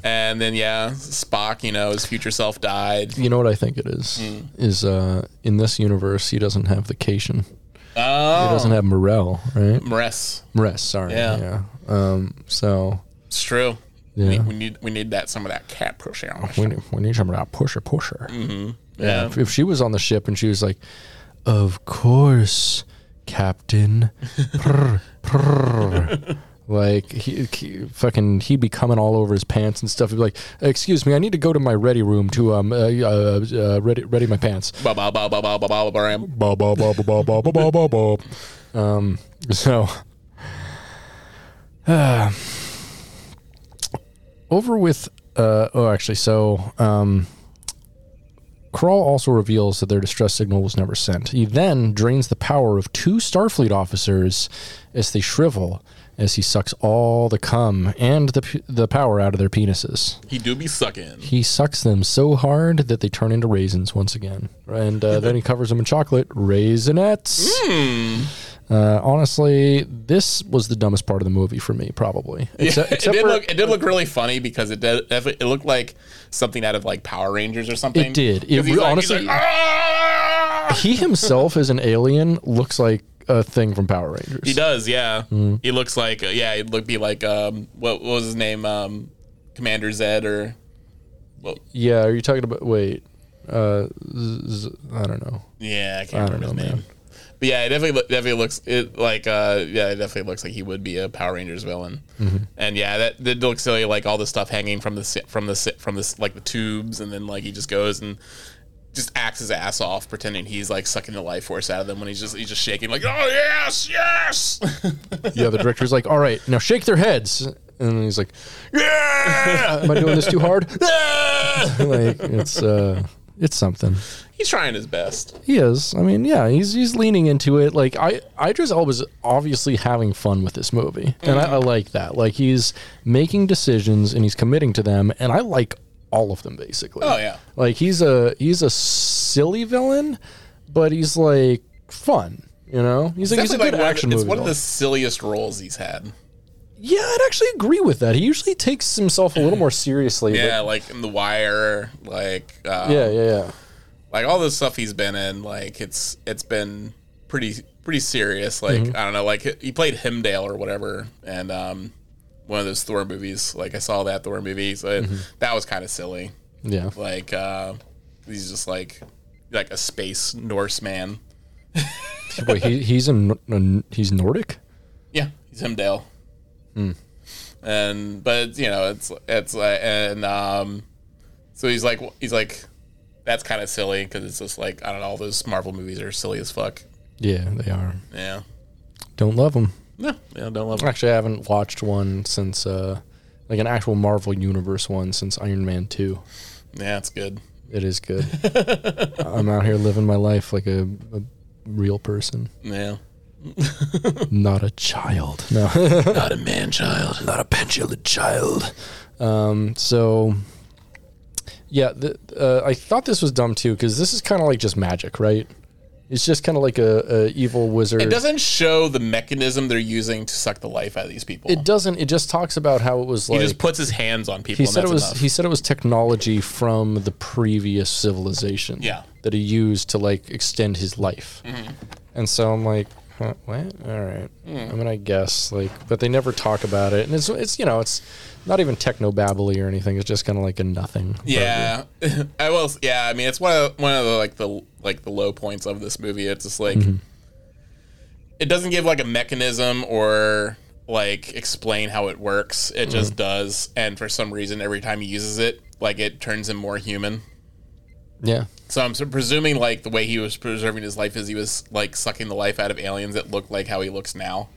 And then yeah, Spock, you know, his future self died. you know what I think it is? Hmm. Is uh, in this universe, he doesn't have vacation. He Oh, doesn't have Morel, right? Mress, Rest, sorry. Yeah. yeah. Um, so it's true. Yeah. We, we need we need that some of that cat pushing. we need, we need somebody to push her, push her. Hmm. Yeah. If, if she was on the ship and she was like, "Of course, Captain," prr, prr," like he, he- fucking he'd be coming all over his pants and stuff. He'd be like, "Excuse me, I need to go to my ready room to um uh, uh, uh ready ready my pants." Ba ba ba ba ba ba ba ba bam. Ba ba ba ba ba ba ba ba ba ba. Um, so. uh, over with uh, oh actually so um Crawl also reveals that their distress signal was never sent. He then drains the power of two Starfleet officers as they shrivel as he sucks all the cum and the, p- the power out of their penises. He do be sucking. He sucks them so hard that they turn into raisins once again. And uh, then he covers them in chocolate. Raisinettes. Hmm. Uh, honestly, this was the dumbest part of the movie for me, probably. Except, it except did for, look it did look really funny because it did it looked like something out of like Power Rangers or something. did. It 'Cause he's re- like- he's honestly- like, "Ah!" he himself as an alien looks like a thing from Power Rangers. He does, yeah. He looks like, uh, yeah, he'd look be like, um, what, what was his name, um, Commander Zed or Yeah, are you talking about? Wait, uh, z- z- I don't know. yeah, I can't don't remember his know, name. man. But yeah, it definitely loo- definitely looks it like, uh, yeah, it definitely looks like he would be a Power Rangers villain. Mm-hmm. And yeah, that did look silly, like all the stuff hanging from the si- from the si- from this like the tubes, and then like he just goes and just acts his ass off, pretending he's like sucking the life force out of them when he's just he's just shaking like, oh yes, yes. Yeah, the director's like, all right, now shake their heads. And he's like, yeah, am I doing this too hard? Yeah! like, it's, uh, it's something. he's trying his best. He is. I mean, yeah, he's he's leaning into it. Like I, Idris Elba's obviously having fun with this movie, and I, I Mm-hmm. like that. Like he's making decisions and he's committing to them, and I like all of them basically. Oh, yeah. Like he's a he's a silly villain, but he's like fun. You know, he's like he's a Definitely, good like, one of the- action It's movie. one of villain. the silliest roles he's had. yeah, I'd actually agree with that. He usually takes himself a little more seriously. Yeah, like in The Wire, like uh, but, yeah, yeah, yeah. like all the stuff he's been in, like it's it's been pretty pretty serious. Like I don't know, like he played Himdale or whatever, and um, one of those Thor movies. Like I saw that Thor movie, so it- that was kind of silly. Yeah, Like uh, he's just like like a space Norseman. Wait, he, he's in, in he's Nordic. Yeah, he's Himdale. And but you know it's it's like and um, so he's like he's like that's kind of silly because it's just like I don't know all those Marvel movies are silly as fuck. Yeah, they are. Yeah. Don't love him. No, yeah, don't love Actually, I haven't watched one since, uh, like an actual Marvel Universe one since Iron Man 2. Yeah, it's good. It is good. I'm out here living my life like a, a real person, Yeah. not a child. No, Not a man child. not a petulant child. Um, so, yeah, the, uh, I thought this was dumb too because this is kind of like just magic, right? It's just kind of like a, a evil wizard. It doesn't show the mechanism they're using to suck the life out of these people. It doesn't. It just talks about how it was he like just puts his hands on people He and said that's it was. enough. He said it was technology from the previous civilization. Yeah. Mm-hmm. That he used to like extend his life. And so I'm like, huh, what? All right. Mm. I mean, I guess like, but they never talk about it, and it's it's you know it's not even techno babbly or anything. It's just kind of like a nothing. yeah. I will s- yeah, I mean it's one of one of the like the like the low points of this movie. It's just like Mm-hmm. it doesn't give like a mechanism or like explain how it works. It Mm-hmm. just does. And for some reason every time he uses it, like it turns him more human. Yeah. So I'm sort of presuming like the way he was preserving his life is he was like sucking the life out of aliens that looked like how he looks now.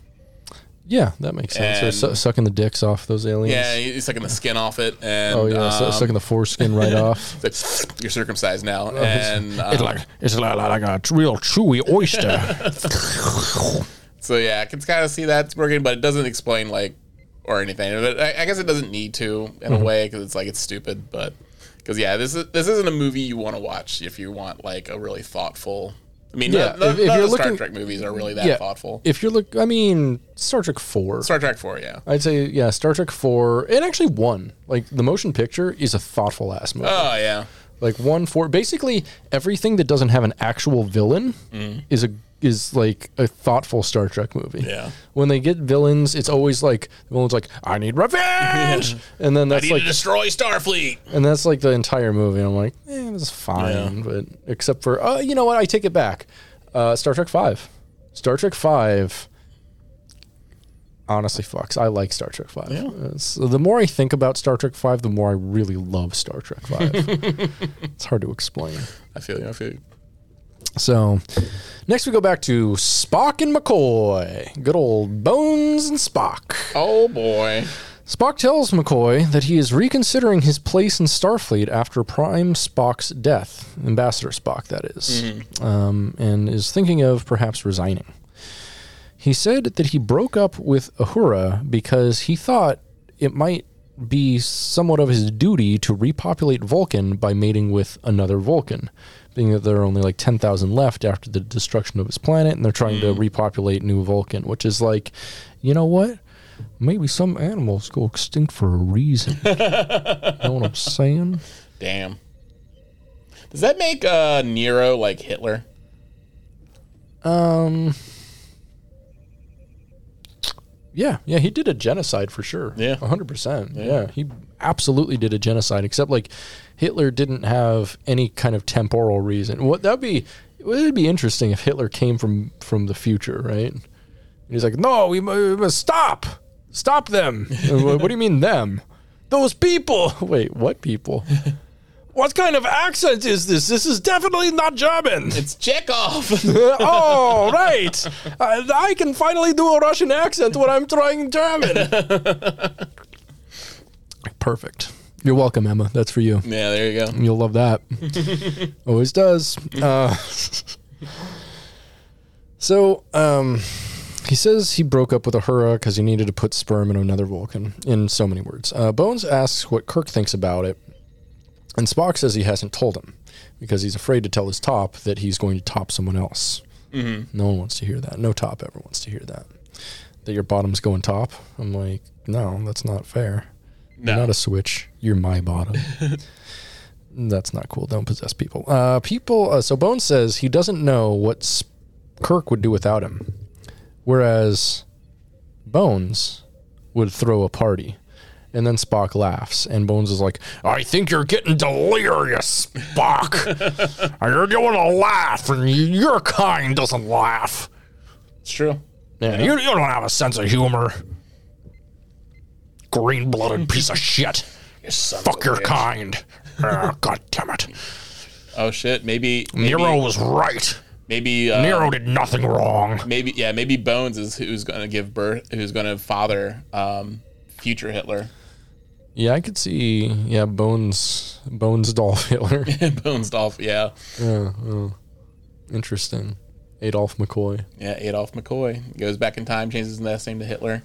Yeah, that makes sense. Or su- And- sucking the dicks off those aliens. Yeah, he- he's sucking the skin off it, and Oh yeah, su- um, sucking the foreskin right off. like, you're circumcised now, and um, it's like, like a real chewy oyster. so yeah, I can kind of see that's working, but it doesn't explain like or anything. But I, I guess it doesn't need to in Mm-hmm. a way because it's like it's stupid, but because yeah, this is this isn't a movie you want to watch if you want like a really thoughtful. I mean, Yeah, none, none, if- if none you're of the Star looking- Trek movies are really that yeah. thoughtful. If you're look, I mean, Star Trek Four. Star Trek Four, yeah. I'd say yeah, Star Trek four and actually one. Like the motion picture is a thoughtful ass movie. Oh yeah. Like one four basically everything that doesn't have an actual villain Mm-hmm. is a is like a thoughtful Star Trek movie. Yeah. When they get villains, it's always like the villain's like, I need revenge and then that's Need like to destroy Starfleet. and that's like the entire movie. And I'm like, eh, it's fine, but except for uh, you know what, I take it back. Uh, Star Trek Five. Star Trek Five. Honestly, fucks. I like Star Trek Five. Uh, so the more I think about Star Trek Five, the more I really love Star Trek Five. it's hard to explain. I feel you. I feel you. So, next we go back to Spock and McCoy. Good old Bones and Spock. Oh boy. Spock tells McCoy that he is reconsidering his place in Starfleet after Prime Spock's death, Ambassador Spock, that is, um, and is thinking of perhaps resigning. He said that he broke up with Ahura because he thought it might be somewhat of his duty to repopulate Vulcan by mating with another Vulcan, being that there are only like 10,000 left after the destruction of his planet, and they're trying to repopulate new Vulcan, which is like, you know what? Maybe some animals go extinct for a reason. you know what I'm saying? Damn. Does that make uh, Nero like Hitler? Yeah, yeah, he did a genocide for sure. Yeah. 100%. Yeah. he absolutely did a genocide, except like Hitler didn't have any kind of temporal reason. What that'd be, it would be interesting if Hitler came from from the future, right? And he's like, no, we, mu- we must stop, stop them. And what, what do you mean them? Those people. Wait, what people? What kind of accent is this? This is definitely not German. It's Chekhov. oh, right. I, I can finally do a Russian accent when I'm trying German. Perfect. You're welcome, Emma. That's for you. yeah, there you go. You'll love that. Always does. Uh, so um, he says he broke up with Ahura because he needed to put sperm in another Vulcan, in so many words. Uh, Bones asks what Kirk thinks about it, and Spock says he hasn't told him because he's afraid to tell his top that he's going to top someone else. No one wants to hear that. No top ever wants to hear that. That your bottom's going top. I'm like, no, that's not fair. No. You're not a switch. You're my bottom. That's not cool. Don't possess people. Uh, people. Uh, so Bones says he doesn't know what S- Kirk would do without him, whereas Bones would throw a party. And then Spock laughs, and Bones is like, "I think you're getting delirious, Spock. And you're doing a laugh, and y- your kind doesn't laugh. it's true. Yeah, you, you don't have a sense of humor. Green blooded piece of shit. Fuck your kind. Ah, God damn it. Oh shit. Maybe maybe Nero was right. maybe uh, Nero did nothing wrong. maybe yeah maybe Bones is who's gonna give birth who's gonna father um, future Hitler. Yeah, I could see. Yeah, Bones, Bones Dolph Hitler. Bones Dolph. Yeah. Interesting. Adolf McCoy. Yeah, Adolf McCoy goes back in time, changes his last name to Hitler,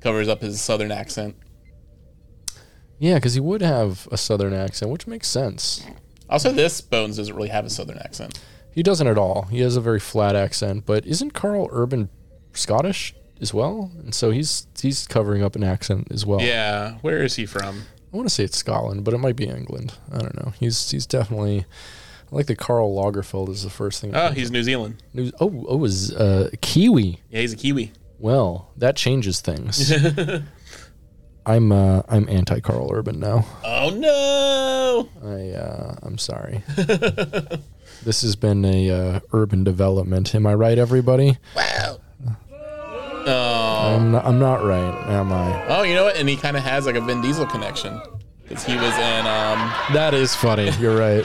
covers up his southern accent. Yeah, because he would have a southern accent, which makes sense. Also, this Bones doesn't really have a southern accent. He doesn't at all. He has a very flat accent, but isn't Carl Urban Scottish as well? And so he's he's covering up an accent as well. Yeah, where is he from? I want to say it's Scotland, but it might be England. I don't know. He's he's definitely. I like the Carl Lagerfeld is the first thing. Oh, he's New Zealand. It was- oh, oh, it was uh, Kiwi. Yeah, he's a Kiwi. Well, that changes things. I'm uh, I'm anti Carl Urban now. Oh no! I uh, I'm sorry. this has been a uh, urban development. Am I right, everybody? Wow. I'm not, I'm not right, am I? Oh, you know what? And he kind of has like a Vin Diesel connection because he was in um, That is funny. You're right.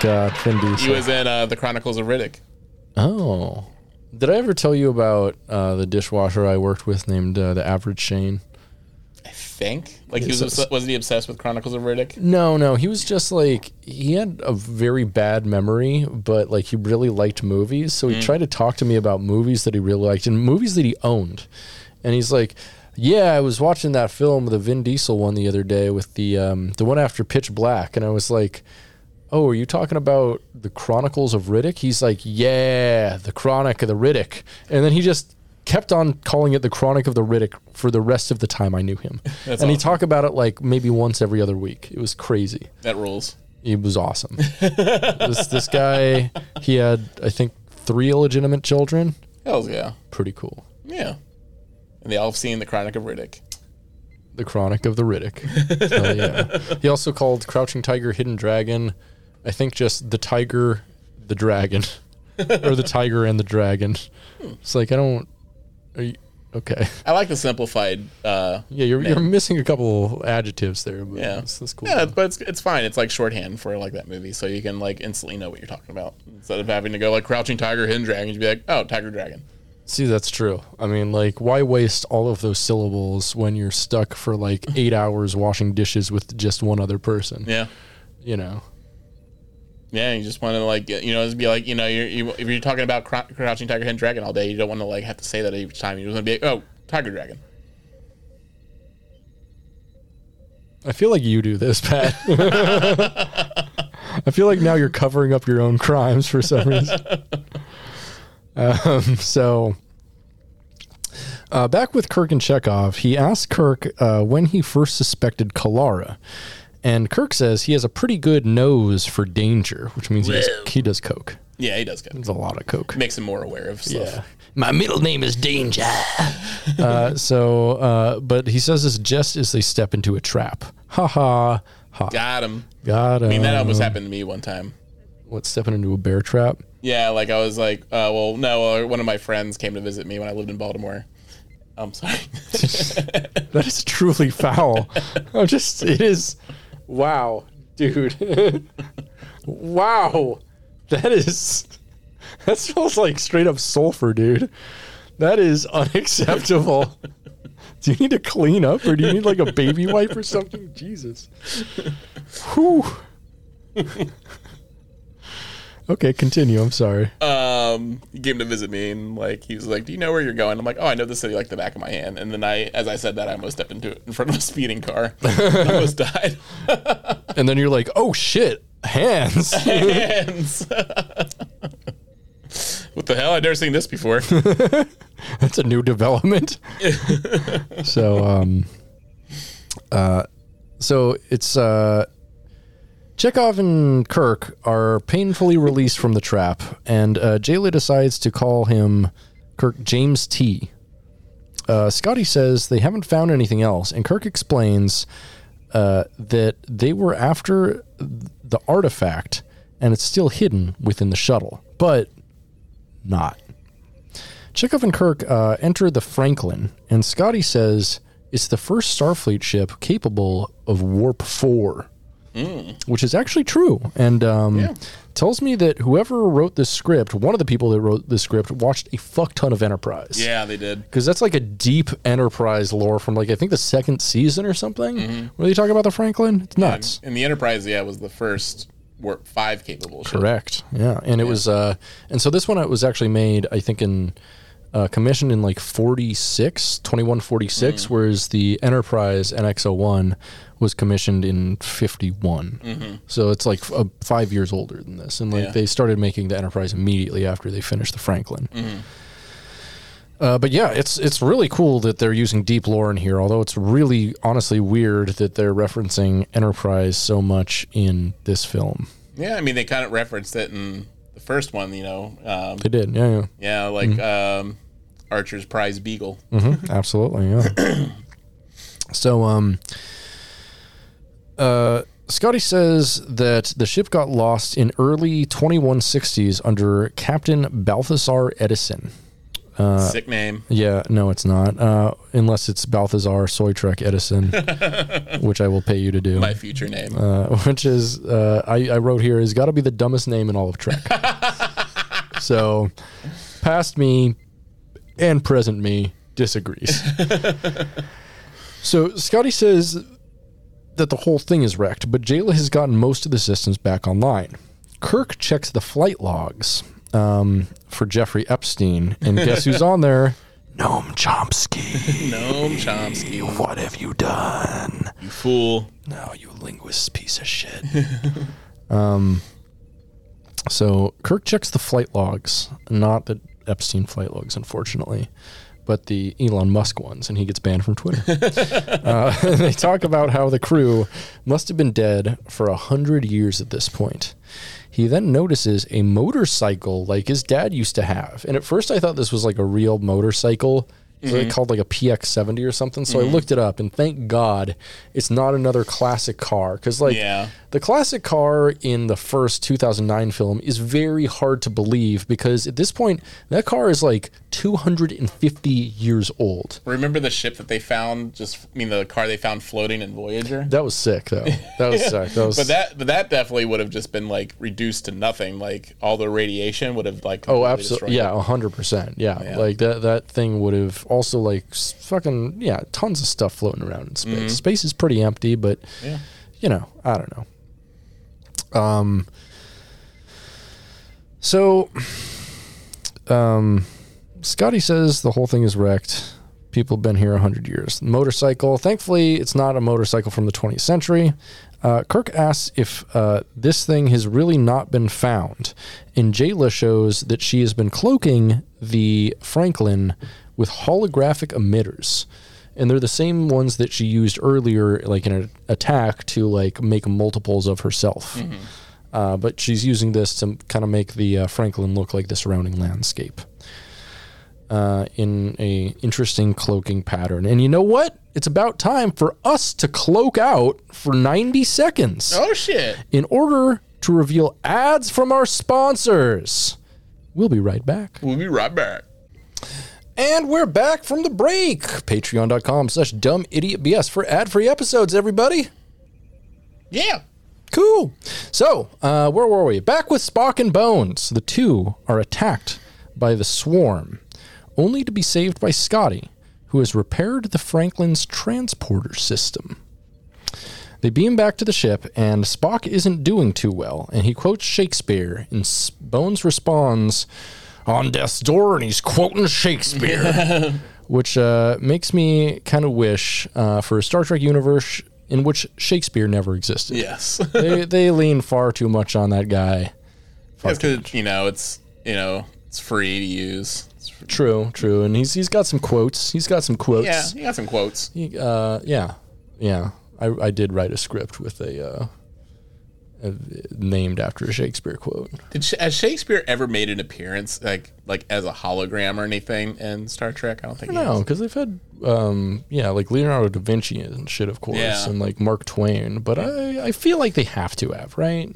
God, Vin he Diesel. was in uh, the Chronicles of Riddick. Oh. Did I ever tell you about uh, the dishwasher I worked with named uh, the Average Shane? I think like he was Yes, obs- wasn't he obsessed with Chronicles of Riddick? No, no. He was just like, he had a very bad memory, but like he really liked movies. So he tried to talk to me about movies that he really liked and movies that he owned. And he's like, yeah, I was watching that film, the Vin Diesel one the other day with the, um, the one after Pitch Black. And I was like, oh, are you talking about the Chronicles of Riddick? He's like, yeah, the Chronic of the Riddick. And then he just kept on calling it the Chronic of the Riddick for the rest of the time I knew him. and he talked about it like maybe once every other week. It was crazy. That rules. It was awesome. this, this guy, he had, I think, three illegitimate children. Hell's yeah, Pretty cool. yeah. And they all have seen the Chronic of Riddick. The Chronic of the Riddick. Hell yeah. He also called Crouching Tiger, Hidden Dragon, I think just the tiger, the dragon, or the tiger and the dragon. It's like, I don't. Are you, okay. I like the simplified. Uh, Yeah, you're, you're missing a couple adjectives there, but Yeah, that's, that's cool. Yeah, but it's, it's fine. It's like shorthand for like that movie, so you can like instantly know what you're talking about instead of having to go like crouching tiger, hidden dragon. You'd be like, oh, tiger dragon. See, that's true. I mean, like, why waste all of those syllables when you're stuck for like eight hours washing dishes with just one other person? Yeah, You know? yeah. You just want to like you know just be like you know you're, you if you're talking about cr- crouching tiger, hidden dragon all day, you don't want to like have to say that each time. You just want to be like, oh, tiger dragon. I feel like you do this, Pat. I feel like now you're covering up your own crimes for some reason. Um, so, uh, back with Kirk and Chekhov, he asked Kirk uh, when he first suspected Kalara. And Kirk says he has a pretty good nose for danger, which means he does, he does coke. Yeah, he does good. It's a lot of coke. Makes him more aware of stuff. Yeah. My middle name is Danger. uh, so, uh, but he says this just as they step into a trap. Ha ha ha. Got him. Got him. I mean, that almost happened to me one time. What, stepping into a bear trap? Yeah, like I was like, uh, well, no, uh, one of my friends came to visit me when I lived in Baltimore. I'm sorry. That is truly foul. I'm just, it is, wow. dude. wow, that is that smells like straight up sulfur, dude. That is unacceptable. do you need to clean up, or do you need like a baby wipe or something? Jesus. Whew. okay, continue. I'm sorry. um, he came to visit me and like he was like, "Do you know where you're going?" I'm like, "Oh, I know the city like the back of my hand." And then I, as I said that, I almost stepped into it in front of a speeding car, I almost died. and then you're like, oh shit, hands. Hands. what the hell? I've never seen this before. That's a new development. so, um, uh, so it's uh, Chekhov and Kirk are painfully released from the trap, and uh, Jayla decides to call him Kirk James T. Uh, Scotty says they haven't found anything else, and Kirk explains uh, that they were after the artifact, and it's still hidden within the shuttle, but not. Chekhov and Kirk uh, enter the Franklin, and Scotty says it's the first Starfleet ship capable of warp four, which is actually true, and um, tells me that whoever wrote this script, one of the people that wrote this script, watched a fuck ton of Enterprise. yeah, they did. Because that's like a deep Enterprise lore from like I think the second season or something, where they talk about the Franklin. It's nuts. And the Enterprise, yeah, was the first warp five capable. ship. Correct. Yeah, and it was, uh, and so this one was actually made, I think, in uh, commissioned in like 46, 2146, whereas the Enterprise NX-01 was commissioned in 51. So it's like f- uh, five years older than this, and like Yeah. they started making the Enterprise immediately after they finished the Franklin. Uh, but yeah, it's it's really cool that they're using deep lore in here. Although it's really honestly weird that they're referencing Enterprise so much in this film. Yeah, I mean, they kind of referenced it in the first one. You know, um, They did, yeah, yeah. yeah, like Mm-hmm. um, Archer's prize beagle. Absolutely, yeah. so, um, uh, Scotty says that the ship got lost in early 2160s under Captain Balthasar Edison. Uh, Sick name. Yeah, no, it's not. Uh, unless it's Balthazar Soy Trek Edison, which I will pay you to do. My future name. Uh, which is, uh, I, I wrote here, has got to be the dumbest name in all of Trek. so, past me and present me disagrees. so, Scotty says that the whole thing is wrecked, but Jayla has gotten most of the systems back online. Kirk checks the flight logs um, for Jeffrey Epstein, and guess who's on there? Noam Chomsky. Noam Chomsky. What have you done? You fool. No, you linguist piece of shit. um, so Kirk checks the flight logs, not the Epstein flight logs, unfortunately, but the Elon Musk ones, and he gets banned from Twitter. uh, they talk about how the crew must have been dead for a hundred years at this point. He then notices a motorcycle like his dad used to have, and at first I thought this was like a real motorcycle. It's Mm-hmm. like called like a PX70 or something. So I looked it up, and thank God it's not another classic car because like Yeah. the classic car in the first 2009 film is very hard to believe because at this point that car is like 250 years old. Remember the ship that they found? Just, I mean, the car they found floating in Voyager. That was sick though. That was sick. That was But that, but that definitely would have just been like reduced to nothing. Like all the radiation would have like. Oh, completely absolutely. destroyed Yeah, hundred percent. Yeah. like that. That thing would have also like s- fucking yeah, tons of stuff floating around in space. Mm-hmm. Space is pretty empty, but you know, I don't know. Um. So, um, Scotty says the whole thing is wrecked. People have been here hundred years. Motorcycle. Thankfully, it's not a motorcycle from the 20th century. Uh, Kirk asks if uh, this thing has really not been found, and Jayla shows that she has been cloaking the Franklin with holographic emitters, and they're the same ones that she used earlier, like in an attack to like make multiples of herself. Uh, but she's using this to kind of make the uh, Franklin look like the surrounding landscape uh, in a interesting cloaking pattern. And you know what? It's about time for us to cloak out for 90 seconds Oh shit! in order to reveal ads from our sponsors. We'll be right back. We'll be right back. And we're back from the break. Patreon.com slash dumb idiot BS for ad free episodes, everybody. Yeah. Cool. So, uh, where were we? Back with Spock and Bones. The two are attacked by the swarm, only to be saved by Scotty, who has repaired the Franklin's transporter system. They beam back to the ship, and Spock isn't doing too well, and he quotes Shakespeare, and S- Bones responds, on death's door, and he's quoting Shakespeare, which uh, makes me kind of wish uh, for a Star Trek universe in which Shakespeare never existed Yes. they, they lean far too much on that guy. That's because you know it's you know it's free to use. It's free. True, true, and he's he's got some quotes. He's got some quotes. Yeah, you got some quotes. He, uh, yeah, yeah. I, I did write a script with a, uh, a named after a Shakespeare quote. Did Sh- has Shakespeare ever made an appearance like like as a hologram or anything in Star Trek? I don't think. he No, has. because they've had um, yeah, like Leonardo da Vinci and shit, of course, Yeah. and like Mark Twain. But I I feel like they have to have right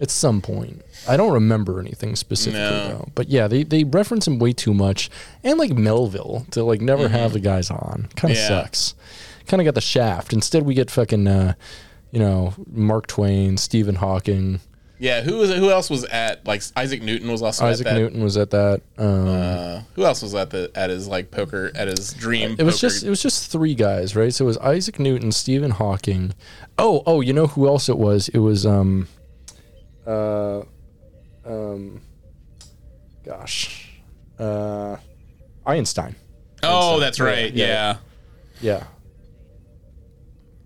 at some point. I don't remember anything specifically No. though. But yeah, they they reference him way too much, and like Melville to like never have the guys on kind of Mm-hmm. Yeah. sucks. Kind of got the shaft. Instead, we get fucking uh, you know Mark Twain, Stephen Hawking, Yeah. Who was who else was at like Isaac Newton was also Isaac at that. Newton was at that. Um, Uh, who else was at the at his like poker at his dream? It was poker- just it was just three guys, right? So it was Isaac Newton, Stephen Hawking. Oh, oh, you know who else it was? It was um, uh, um, gosh, uh, Einstein. oh, that's right. yeah, Yeah, Yeah,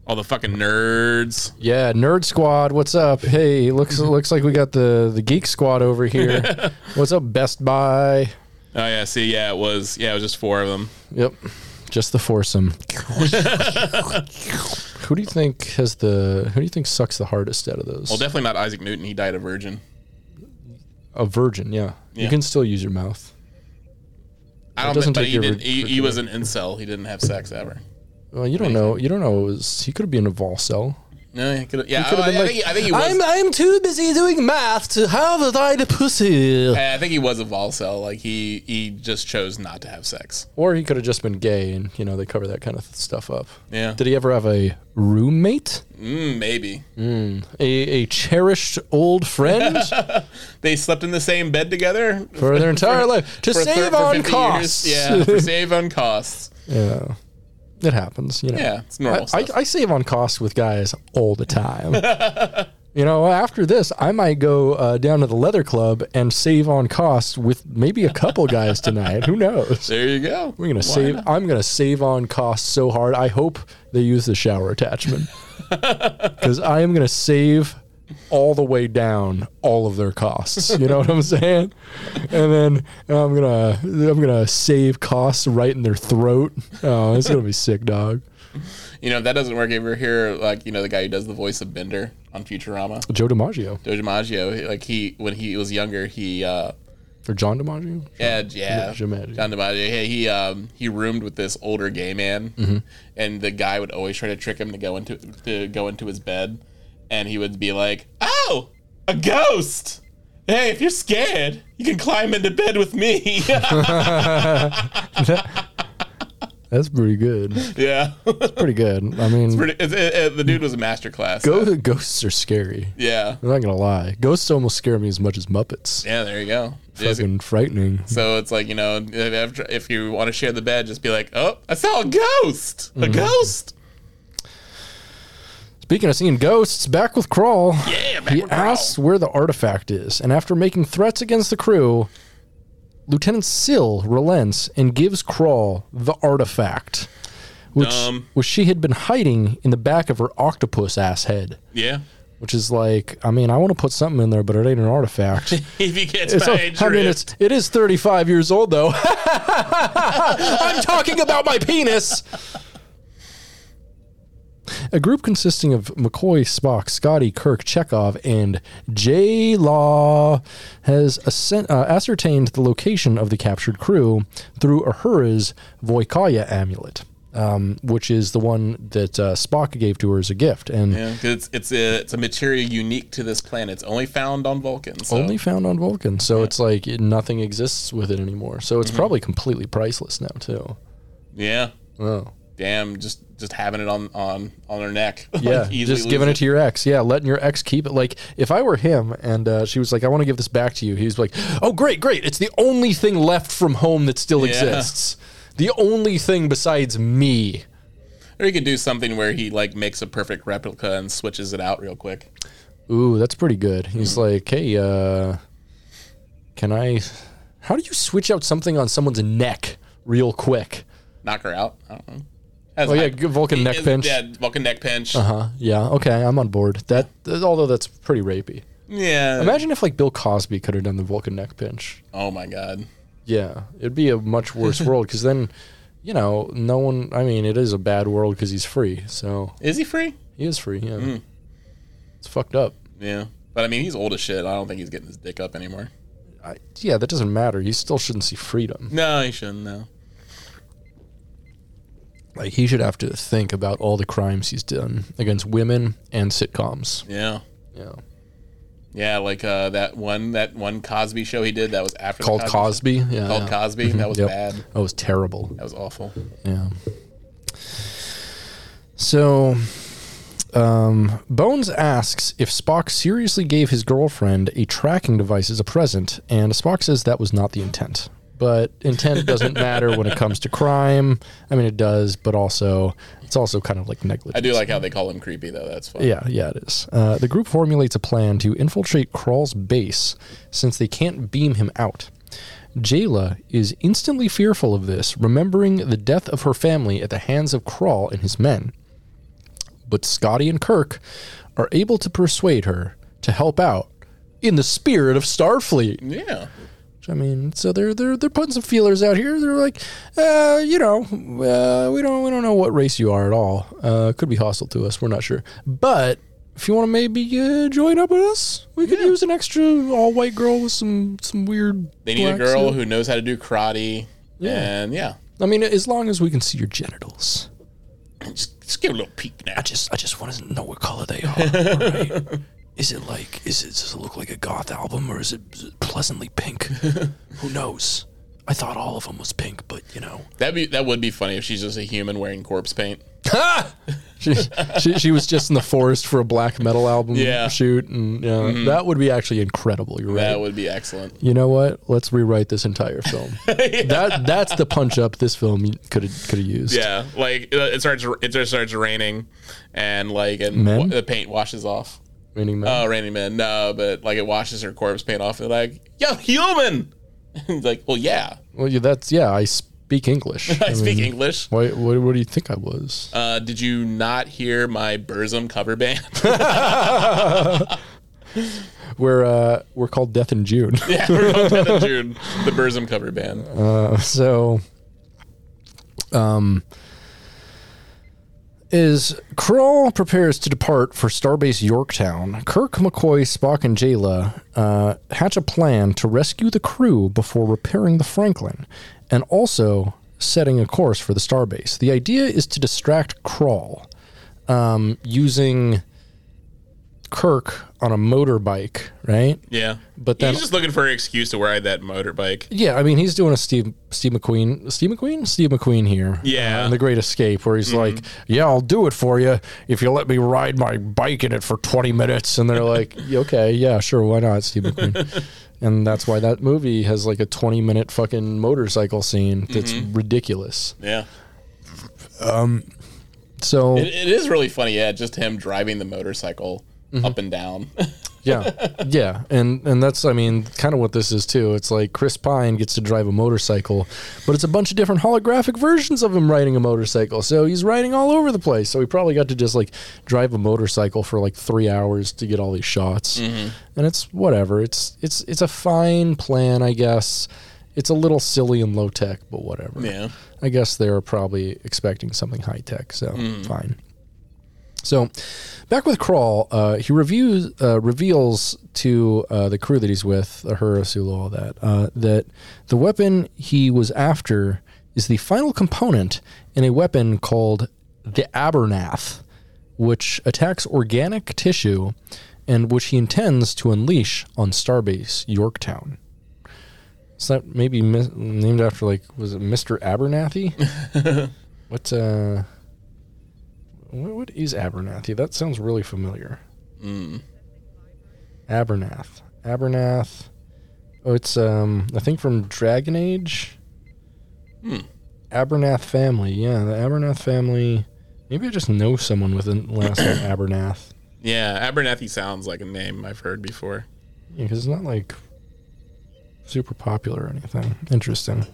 All the fucking nerds. yeah. Nerd Squad, what's up? Hey, looks looks like we got the the Geek Squad over here. what's up, Best Buy? Oh yeah. See, yeah, it was. Yeah, it was just four of them. Yep, just the foursome. who do you think has the? Who do you think sucks the hardest out of those? Well, definitely not Isaac Newton. He died a virgin. A virgin, yeah. You Yeah. can still use your mouth. I don't. doesn't Think, but take he your didn't. He, he virginity. was an incel. He didn't have sex ever. Well, Uh, you don't know. You don't know. It was, he could have been a vol cell. No, he could. Yeah, Could oh, have I, been I like, think, I think he was. I'm I'm too busy doing math to have a died pussy. I I think he was a volcel. Like he he just chose not to have sex. Or he could have just been gay, and you know they cover that kind of stuff up. Yeah. Did he ever have a roommate, Mm, maybe a, a cherished old friend they slept in the same bed together for their entire life to for thir- save for on 50 years. costs? Yeah, for save on costs. yeah, it happens. You know. Yeah, it's normal I, stuff. I save on costs with guys all the time. you know, after this, I might go uh, down to the leather club and save on costs with maybe a couple guys tonight. Who knows? there you go. We're gonna save. I'm gonna save on costs so hard. I hope they use the shower attachment because I am gonna save all the way down all of their costs. You know what I'm saying? And then I'm gonna I'm gonna save costs right in their throat. Oh, it's gonna be sick, dog. You know if that doesn't work. Ever hear like you know the guy who does the voice of Bender on Futurama, Joe DiMaggio. Dojo Maggio? he- Like he when he was younger, he uh, Or John DiMaggio? Yeah, yeah. Jim Addy. John DiMaggio. Hey, he um he roomed with this older gay man, Mm-hmm. and the guy would always try to trick him to go into to go into his bed, and he would be like, "Oh, a ghost! Hey, if you're scared, you can climb into bed with me." That's pretty good. yeah, it's Pretty good. I mean, pretty, it's, it, it- the dude was a master class. go- ghosts are scary. yeah, I'm not going to lie. Ghosts almost scare me as much as Muppets. yeah. There you go. Just- Fucking frightening. So it's like you know, if- if if you want to share the bed, just be like, "Oh, I saw a ghost, Mm-hmm. a ghost." Speaking of seeing ghosts, back with Crawl. Yeah, back He with Raoul. asks where the artifact is, and after making threats against the crew, Lieutenant Sill relents and gives Crawl the artifact, which, Dumb. which she had been hiding in the back of her octopus ass head. Yeah. Which is like, I mean, I want to put something in there, but it ain't an artifact. If he gets It's my a, I mean, drift. it's it is 35 years old though. I'm talking about my penis. A group consisting of McCoy, Spock, Scotty, Kirk, Chekhov, and J. Law has ascen- uh, ascertained the location of the captured crew through Ahura's Voikaya amulet, um, which is the one that uh, Spock gave to her as a gift, and Yeah, 'cause it's it's a it's a material unique to this planet. It's only found on Vulcan. So. only found on Vulcan. So it's like it, nothing exists with it anymore. So it's probably completely priceless now too. Mm-hmm. yeah. Oh, damn, just just having it on on on her neck. Like, Yeah, easily just lose giving it. to your ex. Yeah, letting your ex keep it. Like if I were him, and uh, she was like, "I want to give this back to you," he was like, "Oh, great, great! It's the only thing left from home that still Yeah. exists. The only thing besides me." Or he could do something where he like makes a perfect replica and switches it out real quick. Ooh, that's pretty good. He's Hmm. like, "Hey, uh, can I? How do you switch out something on someone's neck real quick?" Knock her out. I don't know. Has Oh yeah, hyper- good Vulcan neck is- pinch. Uh-huh. Yeah, Vulcan neck pinch. Huh? Uh, Yeah. Okay, I'm on board. That although that's pretty rapey. Yeah. Imagine if like Bill Cosby could have done the Vulcan neck pinch. oh my god. Yeah, it'd be a much worse world because then, you know, no one. I mean, it is a bad world because he's free, so Is he free? he is free. Yeah, it's fucked up. Yeah. But I mean, he's old as shit. I don't think he's getting his dick up anymore. I, yeah, that doesn't matter. He still shouldn't see freedom. No, he shouldn't. No. Like he should have to think about all the crimes he's done against women and sitcoms. Yeah. Yeah, Yeah, like uh, that one that one Cosby show he did that was after the called Cosby. Yeah, Show. Called yeah. Mm-hmm. Cosby. That was Yep. bad. That was terrible. That was awful. Yeah. So, um, Bones asks if Spock seriously gave his girlfriend a tracking device as a present, and Spock says that was not the intent. But intent doesn't matter when it comes to crime. I mean, it does, but also it's also kind of like negligence. I do like how they call him creepy though. That's fun. Yeah, yeah, it is. Uh, the group formulates a plan to infiltrate Krall's base since they can't beam him out. Jayla is instantly fearful of this, remembering the death of her family at the hands of Krall and his men. But Scotty and Kirk are able to persuade her to help out in the spirit of Starfleet. Yeah. I mean, so they're they're they're putting some feelers out here. They're like, uh, you know, uh, we don't we don't know what race you are at all. Uh, could be hostile to us. We're not sure. But if you want to maybe uh, join up with us, we could use an extra all white girl with some some weird. They need a black girl suit. who knows how to do karate. Yeah. And yeah. I mean, as long as we can see your genitals. Just, just give it a little peek now. I just I just want to know what color they are. all right? Is it like is it does it look like a goth album or is it is it pleasantly pink? who knows? I thought all of them was pink, but you know. That'd be that would be funny if she's just a human wearing corpse paint. she, she, she was just in the forest for a black metal album Yeah. Mm-hmm. shoot, and yeah, that would be actually incredible. You're right. That would be excellent. you know what? Let's rewrite this entire film. That that's the punch up this film could have could have used. Yeah, like it- it starts it just starts raining, and like and Men? wa- the paint washes off. Meaning Oh, that- raining men, no, but like it washes her corpse paint off. And like, yo, human. He's like, well, yeah, well, yeah, that's yeah. I speak English. I, speak mean, English. Why, what, what do you think I was? Uh, did you not hear my Burzum cover band? We're uh, we're called Death in June. yeah, we're on that in June. The Burzum cover band. So, um, as Kroll prepares to depart for Starbase Yorktown, Kirk, McCoy, Spock, and Jayla uh, hatch a plan to rescue the crew before repairing the Franklin, and also setting a course for the Starbase. The idea is to distract Kroll um, using Kirk on a motorbike, right? yeah, But then- he's just looking for an excuse to ride that motorbike. Yeah, I mean, he's doing a Steve Steve McQueen, Steve McQueen, Steve McQueen here. Yeah. uh, in the Great Escape, where he's like, "Yeah, I'll do it for you if you let me ride my bike in it for twenty minutes." And they're like, "Yeah, "Okay, yeah, sure, why not, Steve McQueen?" and that's why that movie has like a twenty-minute fucking motorcycle scene that's ridiculous. Yeah, So it, it is really funny. Yeah, just him driving the motorcycle Mm-hmm. up and down. yeah, yeah, and and that's I mean, kind of what this is too. It's like Chris Pine gets to drive a motorcycle, but it's a bunch of different holographic versions of him riding a motorcycle. So he's riding all over the place. So he probably got to just like drive a motorcycle for like three hours to get all these shots, and it's whatever. It's it's it's a fine plan, I guess. It's a little silly and low tech, but whatever. yeah, I guess they were probably expecting something high tech, so fine. So, back with Crawl, uh, he reviews uh, reveals to uh, the crew that he's with, Ahura, Sulu, all that, uh, that the weapon he was after is the final component in a weapon called the Abernath, which attacks organic tissue, and which he intends to unleash on Starbase Yorktown. Is that maybe mis- named after like was it Mr. Abernathy? What uh, what, what is Abernathy? That sounds really familiar. Mm. Abernath, Abernath. Oh, it's um, I think from Dragon Age. Hmm. Abernath family, yeah, the Abernath family. Maybe I just know someone with a last name Abernath. Yeah, Abernathy sounds like a name I've heard before. Yeah, 'cause it's not like super popular or anything. Interesting.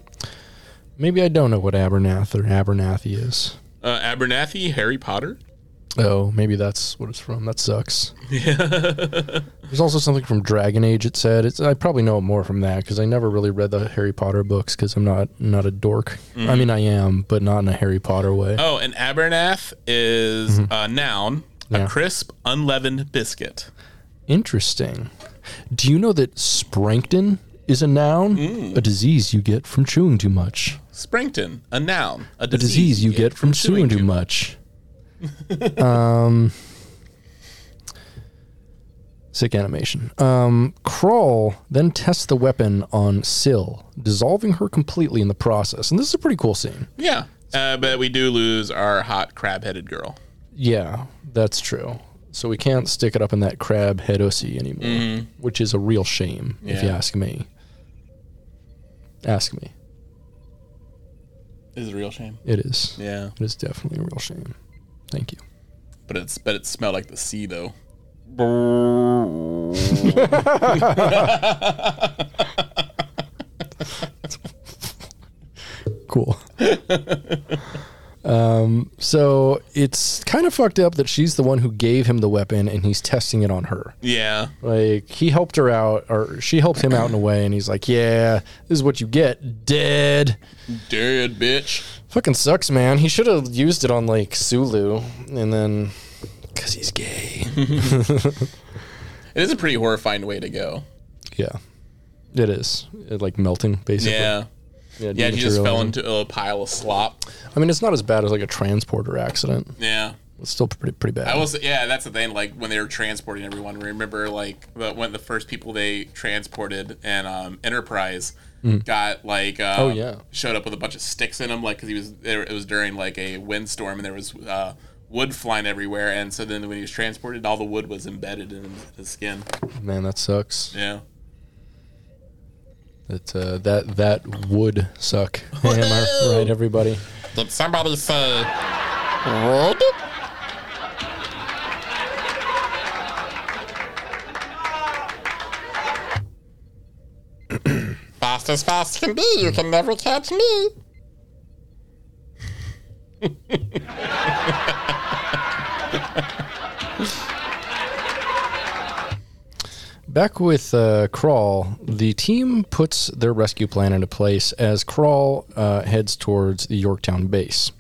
Maybe I don't know what Abernath or Abernathy is. Uh, Abernathy, Harry Potter. Oh, maybe that's what it's from. That sucks. There's also something from Dragon Age. It said it's. I probably know more from that because I never really read the Harry Potter books because I'm not not a dork. I mean, I am, but not in a Harry Potter way. Oh, and Abernath is a noun, Mm-hmm. Yeah. a crisp, unleavened biscuit. Interesting. Do you know that Sprankton is a noun, a disease you get from chewing too much? Sprankton, a noun, a a disease, disease you get from chewing too much. um, sick animation. Um, Crawl then tests the weapon on Syl, dissolving her completely in the process. And this is a pretty cool scene. Yeah, uh, but we do lose our hot crab-headed girl. Yeah, that's true. So we can't stick it up in that crab head ussy anymore, which is a real shame, if you Yeah. ask me. Ask me. This is a real shame. It is. Yeah, It is definitely a real shame. Thank you. but it's but it smelled like the sea though. Mm-hmm. cool. um, so it's kind of fucked up that she's the one who gave him the weapon and he's testing it on her. Yeah, Like he helped her out or she helped him out in a way and he's like, "Yeah, this is what you get. Dead." dead bitch. Fucking sucks, man. He should have used it on like Sulu and then cuz he's gay. It is a pretty horrifying way to go. yeah. It is. It, like melting basically. Yeah, yeah. She just fell dematerializing. into a pile of slop. I mean, it's not as bad as like a transporter accident. Yeah. It's still pretty pretty bad. I was yeah, that's the thing. Like when they were transporting everyone, remember like the, one of the first people they transported and um, Enterprise got like uh, Mm. Oh, yeah. showed up with a bunch of sticks in him, like because he was there, it was during like a windstorm and there was uh, wood flying everywhere, and so then when he was transported, all the wood was embedded in his skin. Man, that sucks. Yeah, That uh, that that would suck. Am I right, everybody? did somebody say Fast as fast can be, you can never catch me. Back with uh, Crawl, the team puts their rescue plan into place as Crawl uh, heads towards the Yorktown base.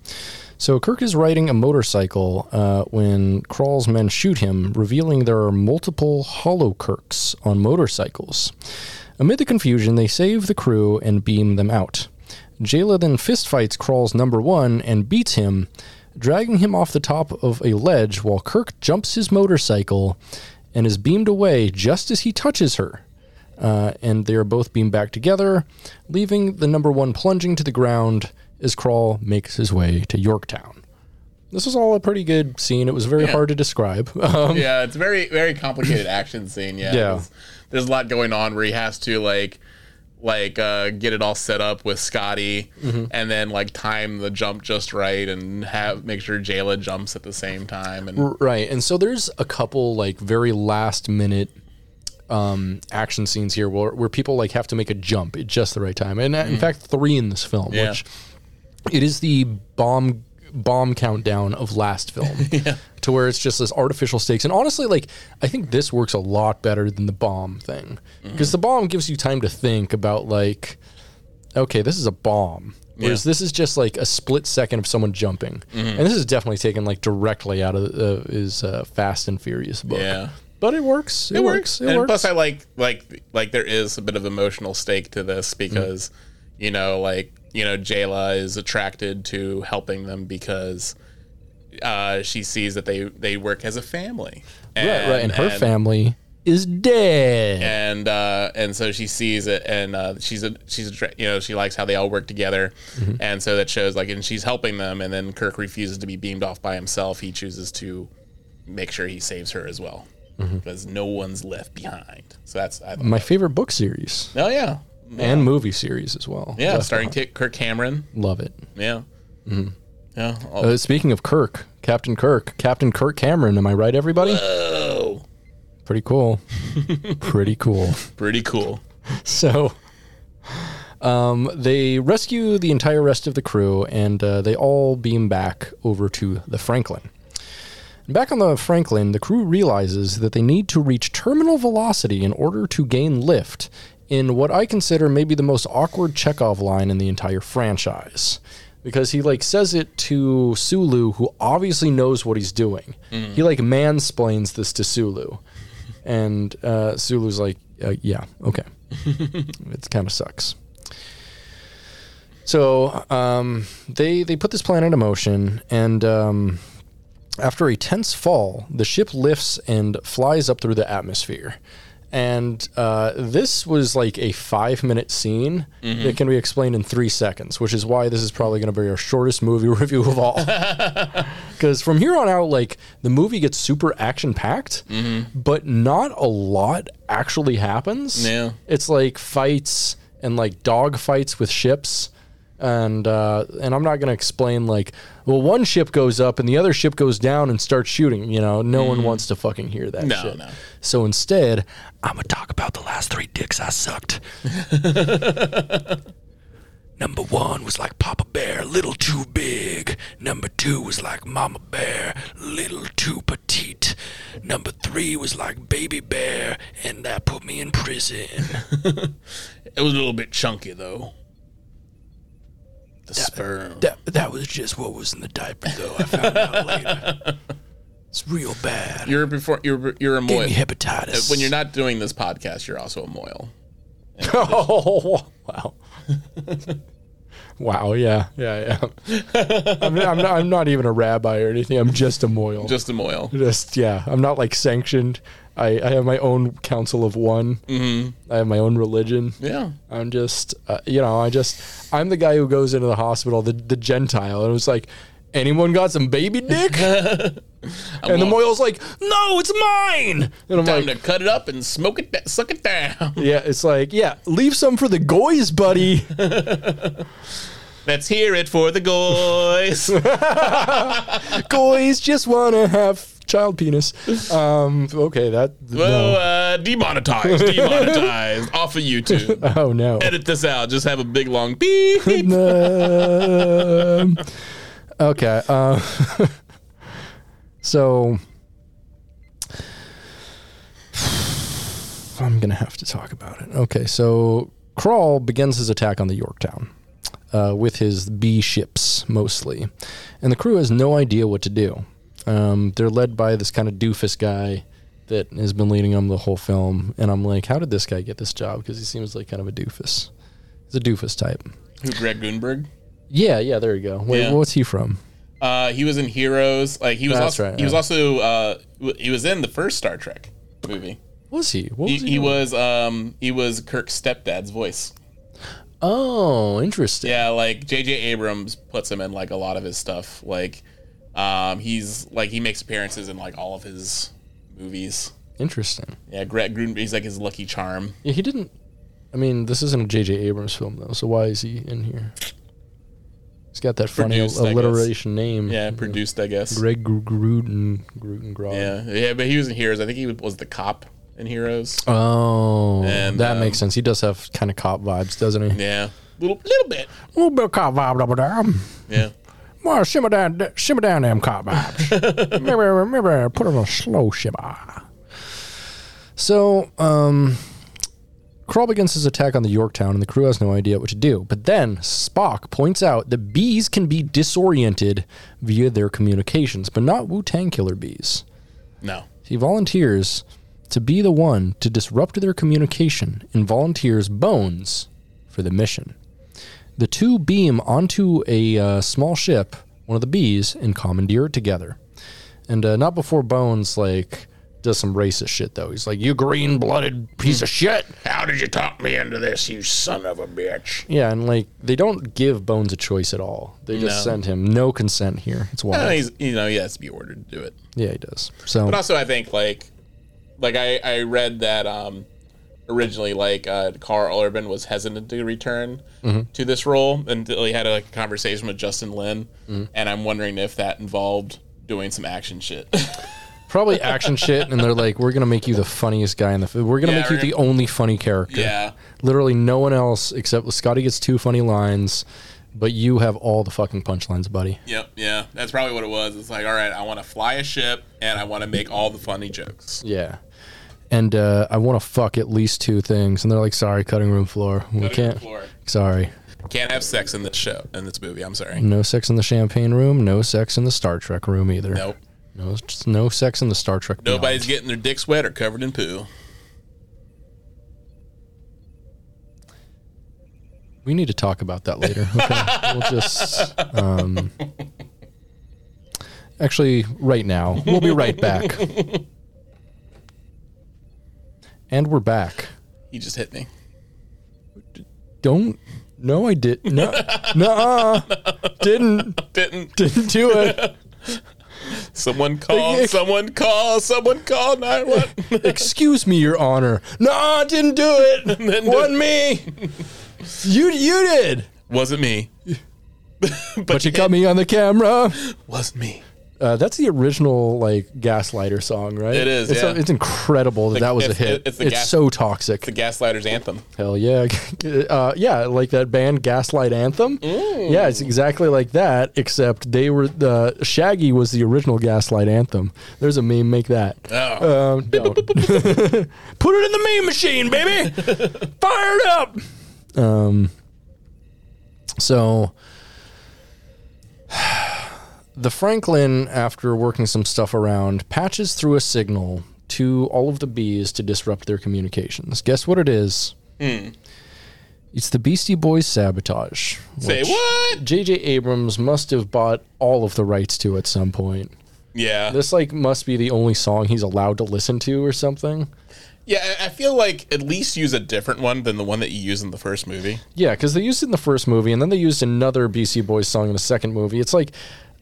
So Kirk is riding a motorcycle uh, when Crawl's men shoot him, revealing there are multiple Hollow Kirks on motorcycles. Amid the confusion, they save the crew and beam them out. Jayla then fistfights Crawl's number one and beats him, dragging him off the top of a ledge while Kirk jumps his motorcycle and is beamed away just as he touches her. Uh, and they are both beamed back together, leaving the number one plunging to the ground as Crawl makes his way to Yorktown. This was all a pretty good scene. It was very hard to describe. Um, yeah, it's very very complicated action scene. Yeah, Yeah. There's, there's a lot going on where he has to like like uh, get it all set up with Scotty, and then like time the jump just right, and have make sure Jayla jumps at the same time. And Right. And so there's a couple like very last minute um action scenes here where, where people like have to make a jump at just the right time. And uh, in fact, three in this film, Mm. Yeah. which it is the bomb bomb countdown of last film. To where it's just this artificial stakes. And honestly, like I think this works a lot better than the bomb thing. Mm. Because the bomb gives you time to think about like okay, this is a bomb. Whereas this is just like a split second of someone jumping, Mm-hmm. and this is definitely taken like directly out of uh, his uh, Fast and Furious book. Yeah. but it works. It, it works. works. It and works. plus, I like like like there is a bit of emotional stake to this because you know like you know Jayla is attracted to helping them because uh, she sees that they they work as a family. right, right. And her family is dead. and uh, and so she sees it, and uh, she's a she's a dra- you know she likes how they all work together, and so that shows like and she's helping them, and then Kirk refuses to be beamed off by himself. He chooses to make sure he saves her as well because no one's left behind. So that's I, My favorite book series oh yeah and movie series as well. yeah Left starring Behind. Ki- Kirk Cameron Love it. yeah Mm-hmm. yeah all- Uh, speaking of Kirk, Captain Kirk, Captain Kirk Cameron. Am I right, everybody? oh Pretty cool. Pretty cool. pretty cool So um, they rescue the entire rest of the crew and uh, they all beam back over to the Franklin. Back on the Franklin, the crew realizes that they need to reach terminal velocity in order to gain lift in what I consider maybe the most awkward Chekhov line in the entire franchise. Because he like says it to Sulu, who obviously knows what he's doing. He like mansplains this to Sulu, and uh, Sulu's like, uh, "Yeah, okay." it kind of sucks. So um, they they put this plan into motion, and um, after a tense fall, the ship lifts and flies up through the atmosphere. And uh, this was like a five minute scene that can be explained in three seconds, which is why this is probably going to be our shortest movie review of all. Because from here on out, like the movie gets super action packed, Mm-hmm. but not a lot actually happens. Yeah. It's like fights and like dog fights with ships and uh, and I'm not going to explain like well one ship goes up and the other ship goes down and starts shooting. You know, no one wants to fucking hear that. Mm-hmm. No, shit. no. So instead, I'm gonna talk about the last three dicks I sucked. Number one was like Papa Bear, little too big. Number two was like Mama Bear, little too petite. Number three was like Baby Bear, and that put me in prison. it was a little bit chunky though the sperm That that was just what was in the diaper, though. I found out later. It's real bad. you're before you're you're a Gave moil me hepatitis. when you're not doing this podcast you're also a moil oh wow, wow, yeah, yeah, yeah. I'm, I'm, not, I'm not even a rabbi or anything. I'm just a moil. Just, just a moil yeah. I'm not like sanctioned. I, I have my own council of one. Mm-hmm. I have my own religion. Oh, yeah I'm just, uh, you know, I just, I'm the guy who goes into the hospital, the, the Gentile, and it was like, anyone got some baby dick? and the all- Moyle's like, no, it's mine. And I'm time like, to cut it up and smoke it, da- suck it down. yeah, it's like, yeah, leave some for the goys, buddy. Let's hear it for the guys. goys just wanna have child penis. Um, okay, that, Oh, no. uh, demonetized, demonetized, off of YouTube. oh no. Edit this out. Just have a big long beep. beep. Um, okay. Uh, so I'm going to have to talk about it. Okay. So Crawl begins his attack on the Yorktown uh, with his B ships mostly. And the crew has no idea what to do. Um, they're led by this kind of doofus guy that has been leading them the whole film. And I'm like, how did this guy get this job? Because he seems like kind of a doofus. He's a doofus type. Who Greg Grunberg? Yeah, yeah, there you go. Wait, Yeah. what's he from? Uh, he was in Heroes. Like he was. That's also, right, He was yeah. also. Uh, w- he was in the first Star Trek movie. Was he? What He, was he? he doing? was. Um, he was Kirk's stepdad's voice. Oh, interesting. Yeah, like J.J. Abrams puts him in like a lot of his stuff. Like, um, he's like he makes appearances in like all of his movies. Interesting. Yeah, Greg Grunberg. He's like his lucky charm. Yeah, he didn't. I mean, this isn't a J.J. Abrams film though, so why is he in here? He's got that funny Produced, I guess. alliteration name. Yeah, produced, I guess. Greg Gr- Gruden, Gruden Grog. Yeah, yeah, but he was in Heroes. I think he was the cop in Heroes. Oh, And, that um, makes sense. He does have kind of cop vibes, doesn't he? Yeah, little little bit. A little bit of cop vibe over there. Yeah, Well, shimmer down, shimmer down, them cop vibes. maybe, maybe put on a slow shimmer. So, um, Kroll begins his attack on the Yorktown, and the crew has no idea what to do. But then Spock points out that bees can be disoriented via their communications, but not Wu Tang killer bees. no. He volunteers to be the one to disrupt their communication and volunteers Bones for the mission. The two beam onto a uh, small ship, one of the bees, and commandeer it together. And uh, not before Bones like does some racist shit though. He's like, "You green blooded piece of shit." How did you talk me into this, you son of a bitch? Yeah, and like they don't give Bones a choice at all. They just No. send him no consent here. It's wild. Uh, he's, you know, he has to be ordered to do it. yeah, he does. So But also, I think like, like I, I read that um, originally like uh, Carl Urban was hesitant to return to this role until he had a like, conversation with Justin Lin, and I'm wondering if that involved doing some action shit. probably action shit, and they're like, "We're gonna make you the funniest guy in the. F- we're gonna Yeah, make you we're the only funny character." yeah, Literally, no one else except Scotty gets two funny lines, but you have all the fucking punchlines, buddy. yep, yeah. That's probably what it was. It's like, all right, I want to fly a ship and I want to make all the funny jokes. Yeah. And uh, I want to fuck at least two things, and they're like, "Sorry, cutting room floor. we Cutting room can't. floor. Sorry, Can't have sex in this show in this movie. I'm sorry. no sex in the champagne room. No sex in the Star Trek room either. Nope. No, just no sex in the Star Trek. Beyond. Nobody's getting their dicks wet or covered in poo. We need to talk about that later. Okay. we'll just. Um, actually, right now, we'll be right back. and we're back. He just hit me. Don't. No, I did. No. Nuh-uh. Didn't. Didn't Didn't do it. Someone call, someone call, someone call 911. Excuse me, Your Honor. No, didn't do it. Didn't do Wasn't me. You you did. Wasn't me. but, But you got me on the camera. wasn't me. Uh, that's the original like Gaslighter song, right? It is, It's, yeah. it's incredible that that was a it's- hit. it's It's, the gas- so toxic. The Gaslighters anthem. Hell yeah, uh, yeah, like that band Gaslight Anthem. Mm. Yeah, it's exactly like that, except they were the Shaggy was the original Gaslight Anthem. There's a meme make that. Oh, Um, no. Put it in the meme machine, baby. Fire it up. Um. So the Franklin, after working some stuff around, patches through a signal to all of the bees to disrupt their communications. Guess what it is? It's the Beastie Boys sabotage. say which what? J.J. Abrams must have bought all of the rights to at some point. Yeah. This like must be the only song he's allowed to listen to or something. yeah, I I feel like at least use a different one than the one that you used in the first movie. Yeah, because they used it in the first movie, and then they used another BC Boys song in the second movie. It's like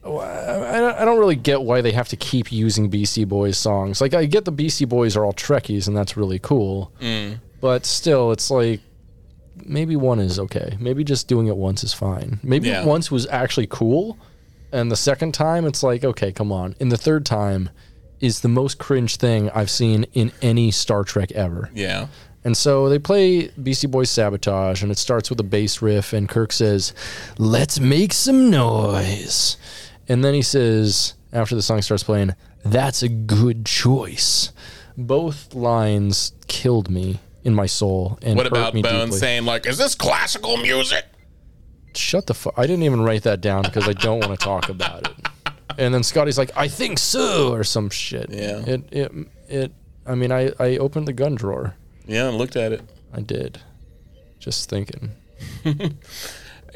wh- I don't- I don't really get why they have to keep using BC Boys songs. Like I get the BC Boys are all Trekkies, and that's really cool. But still, it's like maybe one is okay. Maybe just doing it once is fine. Maybe Yeah. once was actually cool, and the second time it's like okay, come on. And the third time is the most cringe thing I've seen in any Star Trek ever. Yeah. And so they play Beastie Boys Sabotage, and it starts with a bass riff, and Kirk says, Let's make some noise. And then he says, after the song starts playing, That's a good choice. Both lines killed me in my soul and What hurt about me Bone deeply. saying like, "Is this classical music?" Shut the fuck! I didn't even write that down because I don't want to talk about it. And then Scotty's like, "I think so," or some shit. Yeah. It it it. I mean, I I opened the gun drawer. Yeah, I looked at it. I did, just thinking.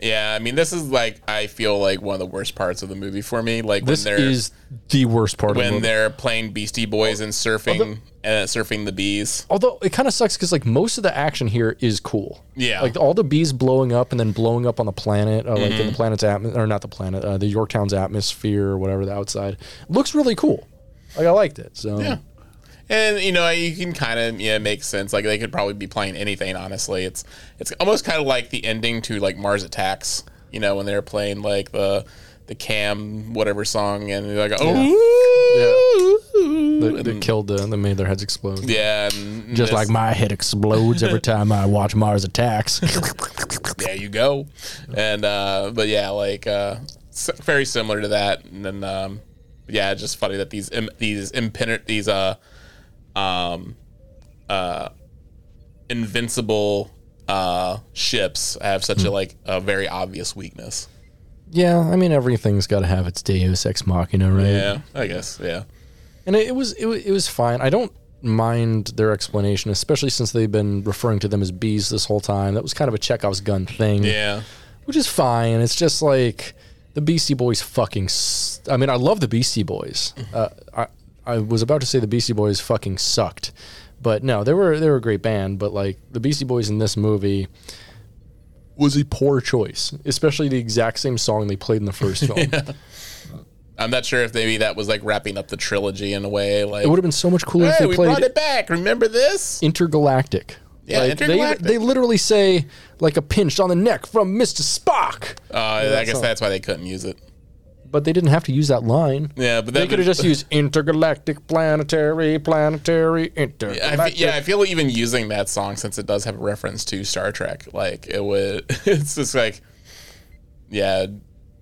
Yeah, I mean, this is like I feel like one of the worst parts of the movie for me. Like This when they're is the worst part of the when movie. they're playing Beastie Boys and surfing, uh, surfing the bees. Although it kind of sucks because like most of the action here is cool. Yeah. Like all the bees blowing up and then blowing up on the planet, uh, like in Mm-hmm. the planet's atmosphere, or not the planet, uh, the Yorktown's atmosphere or whatever the outside looks really cool. Like I liked it. So Yeah. And you know you can kind of yeah make sense like they could probably be playing anything honestly it's it's almost kind of like the ending to like Mars Attacks you know when they're playing like the the Cam whatever song and they're like oh yeah They, they killed the. They made their heads explode. yeah, and Just this- like my head explodes every time I watch Mars Attacks. there you go and uh but yeah like uh s- very similar to that and then um yeah it's just funny that these im- these impenetrable these uh um uh invincible uh ships have such a like a very obvious weakness yeah, I mean everything's got to have its Deus Ex Machina, right? yeah i guess yeah and it, it was it, wa- it was fine. I don't mind their explanation, especially since they've been referring to them as bees this whole time. That was kind of a Chekhov's gun thing, yeah which is fine. It's just Mm-hmm. like the Beastie Boys fucking. s I I mean, I love the Beastie Boys. Uh, I I was about to say the Beastie Boys fucking sucked, but no, they were they were a great band. But like the Beastie Boys in this movie was a poor choice, especially the exact same song they played in the first film. I'm not sure if maybe that was like wrapping up the trilogy in a way. Like, It would have been so much cooler if hey, they we played brought it back. Remember this? intergalactic. Yeah, Like, intergalactic. They, they literally say like a pinch on the neck from Mr. Spock, Uh, I guess song. that's why they couldn't use it. but they didn't have to use that line. Yeah, but that They could have just used intergalactic, planetary, planetary, intergalactic. I fe- yeah, I feel even using that song since it does have a reference to Star Trek, like it would. It's just like, yeah,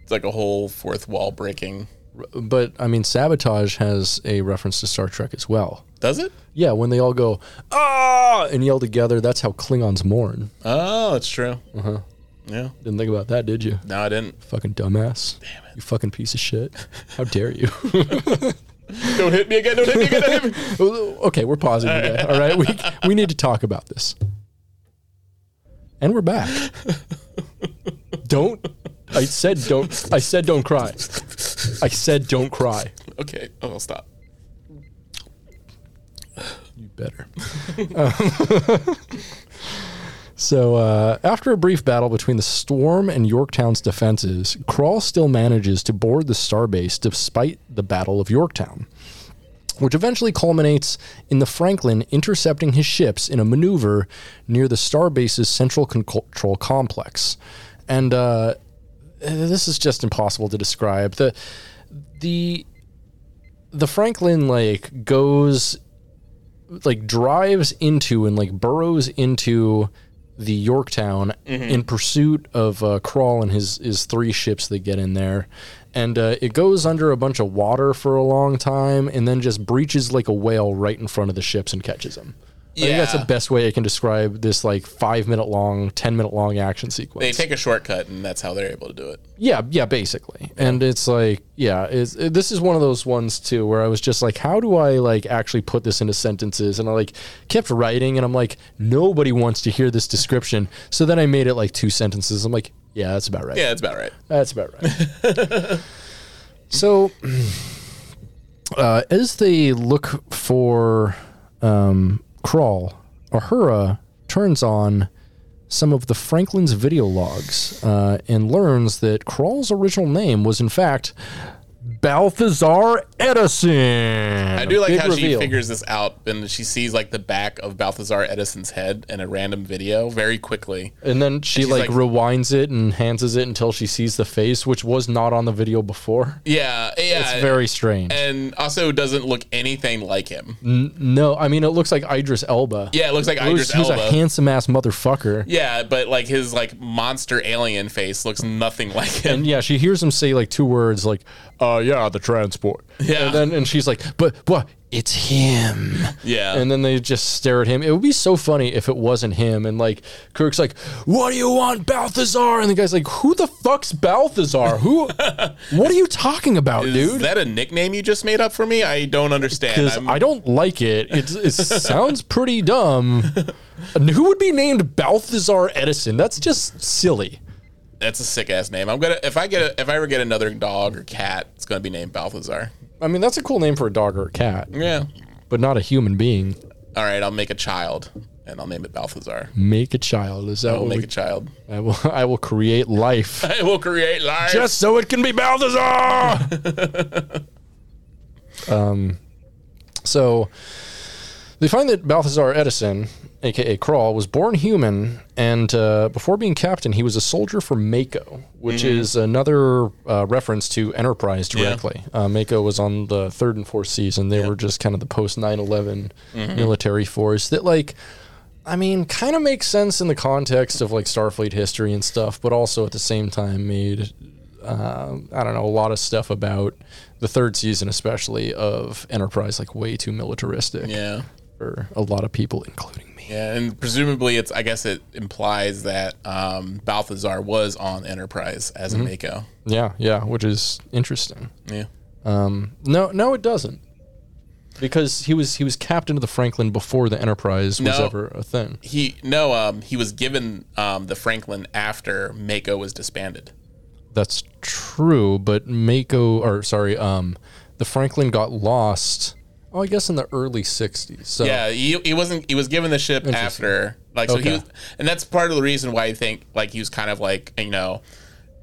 it's like a whole fourth wall breaking. But I mean, sabotage has a reference to Star Trek as well. Does it? Yeah, when they all go ah and yell together, that's how Klingons mourn. Oh, it's true. Yeah. Didn't think about that, did you? No, I didn't. Fucking dumbass. Damn it. You fucking piece of shit. How dare you? Don't hit me again. Don't hit me again. Don't hit me. okay, we're pausing today. All right, we we need to talk about this. And we're back. Don't. I said don't. I said don't cry. I said don't cry. Okay. Oh, I'll stop. You better. Um, so, uh, after a brief battle between the storm and Yorktown's defenses, Crawl still manages to board the starbase despite the Battle of Yorktown, which eventually culminates in the Franklin intercepting his ships in a maneuver near the starbase's central con- control complex. And uh, this is just impossible to describe. The the the Franklin like goes like drives into and like burrows into the Yorktown Mm-hmm. in pursuit of uh, Crawl and his his three ships that get in there, and uh, it goes under a bunch of water for a long time, and then just breaches like a whale right in front of the ships and catches them. I think that's Yeah. the best way I can describe this like five minute long, ten minute long action sequence. They take a shortcut, and that's how they're able to do it. Yeah, yeah, basically. And it's like, yeah, it's, it- this is one of those ones too where I was just like, how do I like actually put this into sentences? And I like kept writing and I'm like, nobody wants to hear this description. So then I made it like two sentences. I'm like, yeah, that's about right. Yeah, that's about right. That's about right. so, uh, as they look for um, Crawl, Ahura turns on some of the Franklin's video logs uh, and learns that Crawl's original name was, in fact, Balthazar Edison. I do like Big how she reveal. figures this out, and she sees like the back of Balthazar Edison's head in a random video very quickly. And then she she's like, like- rewinds it and enhances it until she sees the face, which was not on the video before. Yeah, yeah. It's very strange. and also doesn't look anything like him. No, I mean it looks like Idris Elba. Yeah, it looks like who's, Idris who's Elba. a handsome ass motherfucker. yeah, but like his like monster alien face looks nothing like him. And yeah, she hears him say like two words, like "uh, yeah, the transport." Yeah. and then and she's like, "But what? It's him." yeah, And then they just stare at him. It would be so funny if it wasn't him. And like Kirk's like, "What do you want, Balthazar?" And the guy's like, "Who the fuck's Balthazar? Who? what are you talking about, is dude?" that a nickname you just made up for me? I don't understand. Because I'm, I don't like it. It's, it sounds pretty dumb. And who would be named Balthazar Edison? That's just silly. that's a sick ass name. I'm gonna if I get a, if I ever get another dog or cat, it's gonna be named Balthazar. I mean, that's a cool name for a dog or a cat, Yeah. but not a human being. All right, I'll make a child and I'll name it Balthazar. Make a child. Is that I'll what make we, a child. I will? I will create life I will create life. just so it can be Balthazar. um, so they find that Balthazar Edison, aka Crawl, was born human, and uh, before being captain, he was a soldier for Mako, which Mm-hmm. is another uh, reference to Enterprise directly. Uh, Mako was on the third and fourth season. They were just kind of the post 9 11 Mm-hmm. military force that, like, I mean, kind of makes sense in the context of like Starfleet history and stuff, but also at the same time made um, I don't know, a lot of stuff about the third season, especially of Enterprise, like way too militaristic yeah. for a lot of people, including me. Yeah, and presumably it's I guess it implies that um, Balthazar was on Enterprise as Mm-hmm. a Mako. Yeah, yeah, which is interesting. Um, Yeah. No, no, it doesn't, because he was he was captain of the Franklin before the Enterprise was No. ever a thing. He no, um, he was given um, the Franklin after Mako was disbanded. That's true, but Mako, or sorry, um, the Franklin got lost Well, I guess in the early '60s. So Yeah, he, he wasn't. He was given the ship Interesting. after, like, so Okay. he was, and that's part of the reason why I think, like, he was kind of like, you know,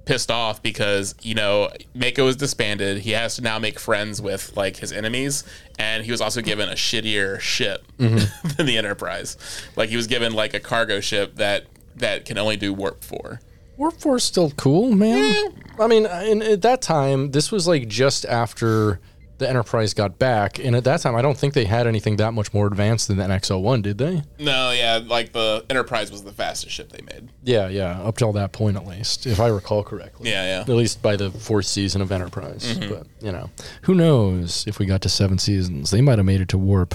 pissed off because you know Mako is disbanded. He has to now make friends with like his enemies, and he was also given a shittier ship Mm-hmm. than the Enterprise. Like, he was given like a cargo ship that that can only do warp four. Warp Four is still cool, man. I mean, and at that time, this was like just after the Enterprise got back, and at that time, I don't think they had anything that much more advanced than the NX-01, did they? No, yeah, like the Enterprise was the fastest ship they made. Yeah, yeah, up till that point, at least, if I recall correctly. Yeah, Mm-hmm. yeah. At least by the fourth season of Enterprise, but you know, who knows if we got to seven seasons, they might have made it to warp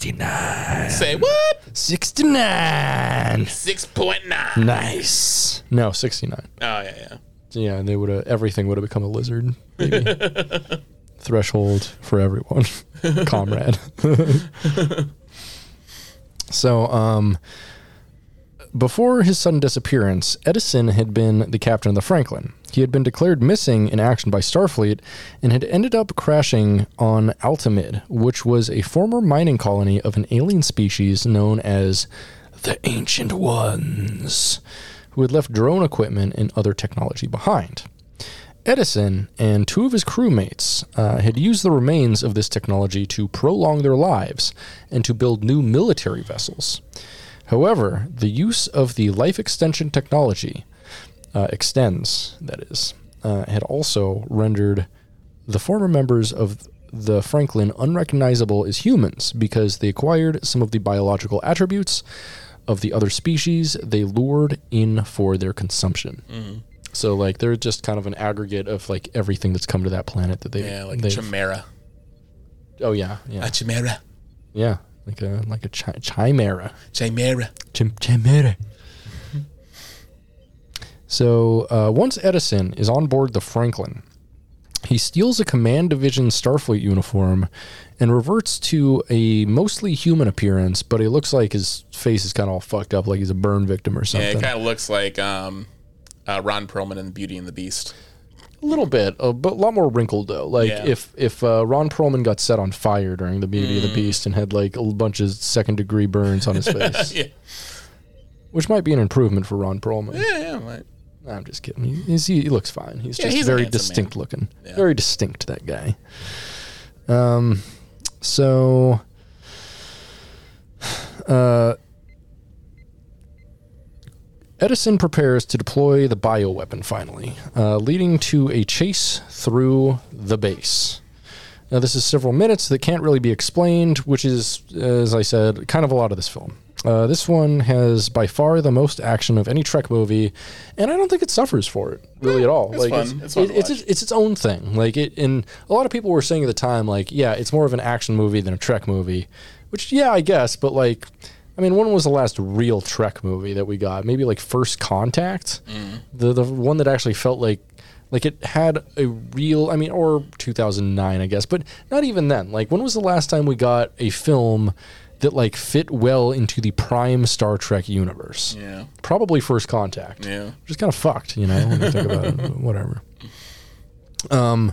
Say what? sixty-nine. Six point nine. Nice. No, sixty-nine. Oh yeah, yeah. Yeah, they would have everything would have become a lizard. Maybe. Threshold for everyone, comrade. so, um, before his sudden disappearance, Edison had been the captain of the Franklin. He had been declared missing in action by Starfleet and had ended up crashing on Altamid, which was a former mining colony of an alien species known as the Ancient Ones, who had left drone equipment and other technology behind. Edison and two of his crewmates uh, had used the remains of this technology to prolong their lives and to build new military vessels. However, the use of the life extension technology uh, extends, that is, uh, had also rendered the former members of the Franklin unrecognizable as humans because they acquired some of the biological attributes of the other species they lured in for their consumption. Mm-hmm. So, like, they're just kind of an aggregate of like everything that's come to that planet that they. Yeah, like they've- Chimera. oh yeah, yeah, A chimera. yeah, like a like a chi- chimera. Chimera. Chim- chimera. So uh, once Edison is on board the Franklin, he steals a command division Starfleet uniform and reverts to a mostly human appearance, but he looks like his face is kind of all fucked up, like he's a burn victim or Yeah, something. it kind of looks like um, uh, Ron Perlman in Beauty and the Beast. a little bit, uh, but a lot more wrinkled though. Like Yeah. if if uh, Ron Perlman got set on fire during the Beauty Mm. of the Beast and had like a bunch of second degree burns on his face, Yeah, which might be an improvement for Ron Perlman. yeah, yeah. Like, No, I'm just kidding. He, he's, he looks fine. He's Yeah, just he's a very handsome distinct looking. Yeah. Very distinct, that guy. Um, so, uh, Edison prepares to deploy the bioweapon finally, uh, leading to a chase through the base. Now, this is several minutes that can't really be explained, which is, as I said, kind of a lot of this film. Uh, this one has by far the most action of any Trek movie, and I don't think it suffers for it really at all. it's like fun. It's, It's fun to it's, watch. it's its own thing. Like it, and a lot of people were saying at the time, like, yeah, it's more of an action movie than a Trek movie, which yeah, I guess, but like. I mean, when was the last real Trek movie that we got? Maybe like First Contact, Mm-hmm. the the one that actually felt like like it had a real. I mean, or 2009, I guess, but not even then. Like, when was the last time we got a film that like fit well into the prime Star Trek universe? yeah, Probably First Contact yeah. which is kind of fucked, you know, when you think about it, but whatever. Um,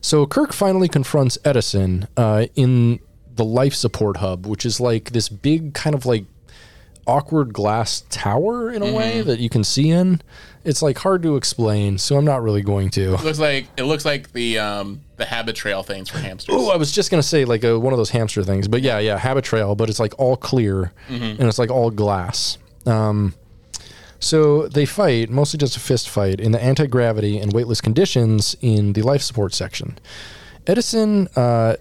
so Kirk finally confronts Edison uh, in the life support hub, which is like this big kind of like awkward glass tower in a way that you can see in. It's like hard to explain, so I'm not really going to. It looks like it looks like the um, the habit trail things for hamsters. Oh, I was just gonna say like a, one of those hamster things, but yeah, yeah, habit trail, but it's like all clear and it's like all glass. Um, so they fight, mostly just a fist fight, in the anti gravity and weightless conditions in the life support section. Edison uh,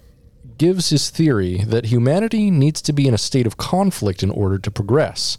gives his theory that humanity needs to be in a state of conflict in order to progress,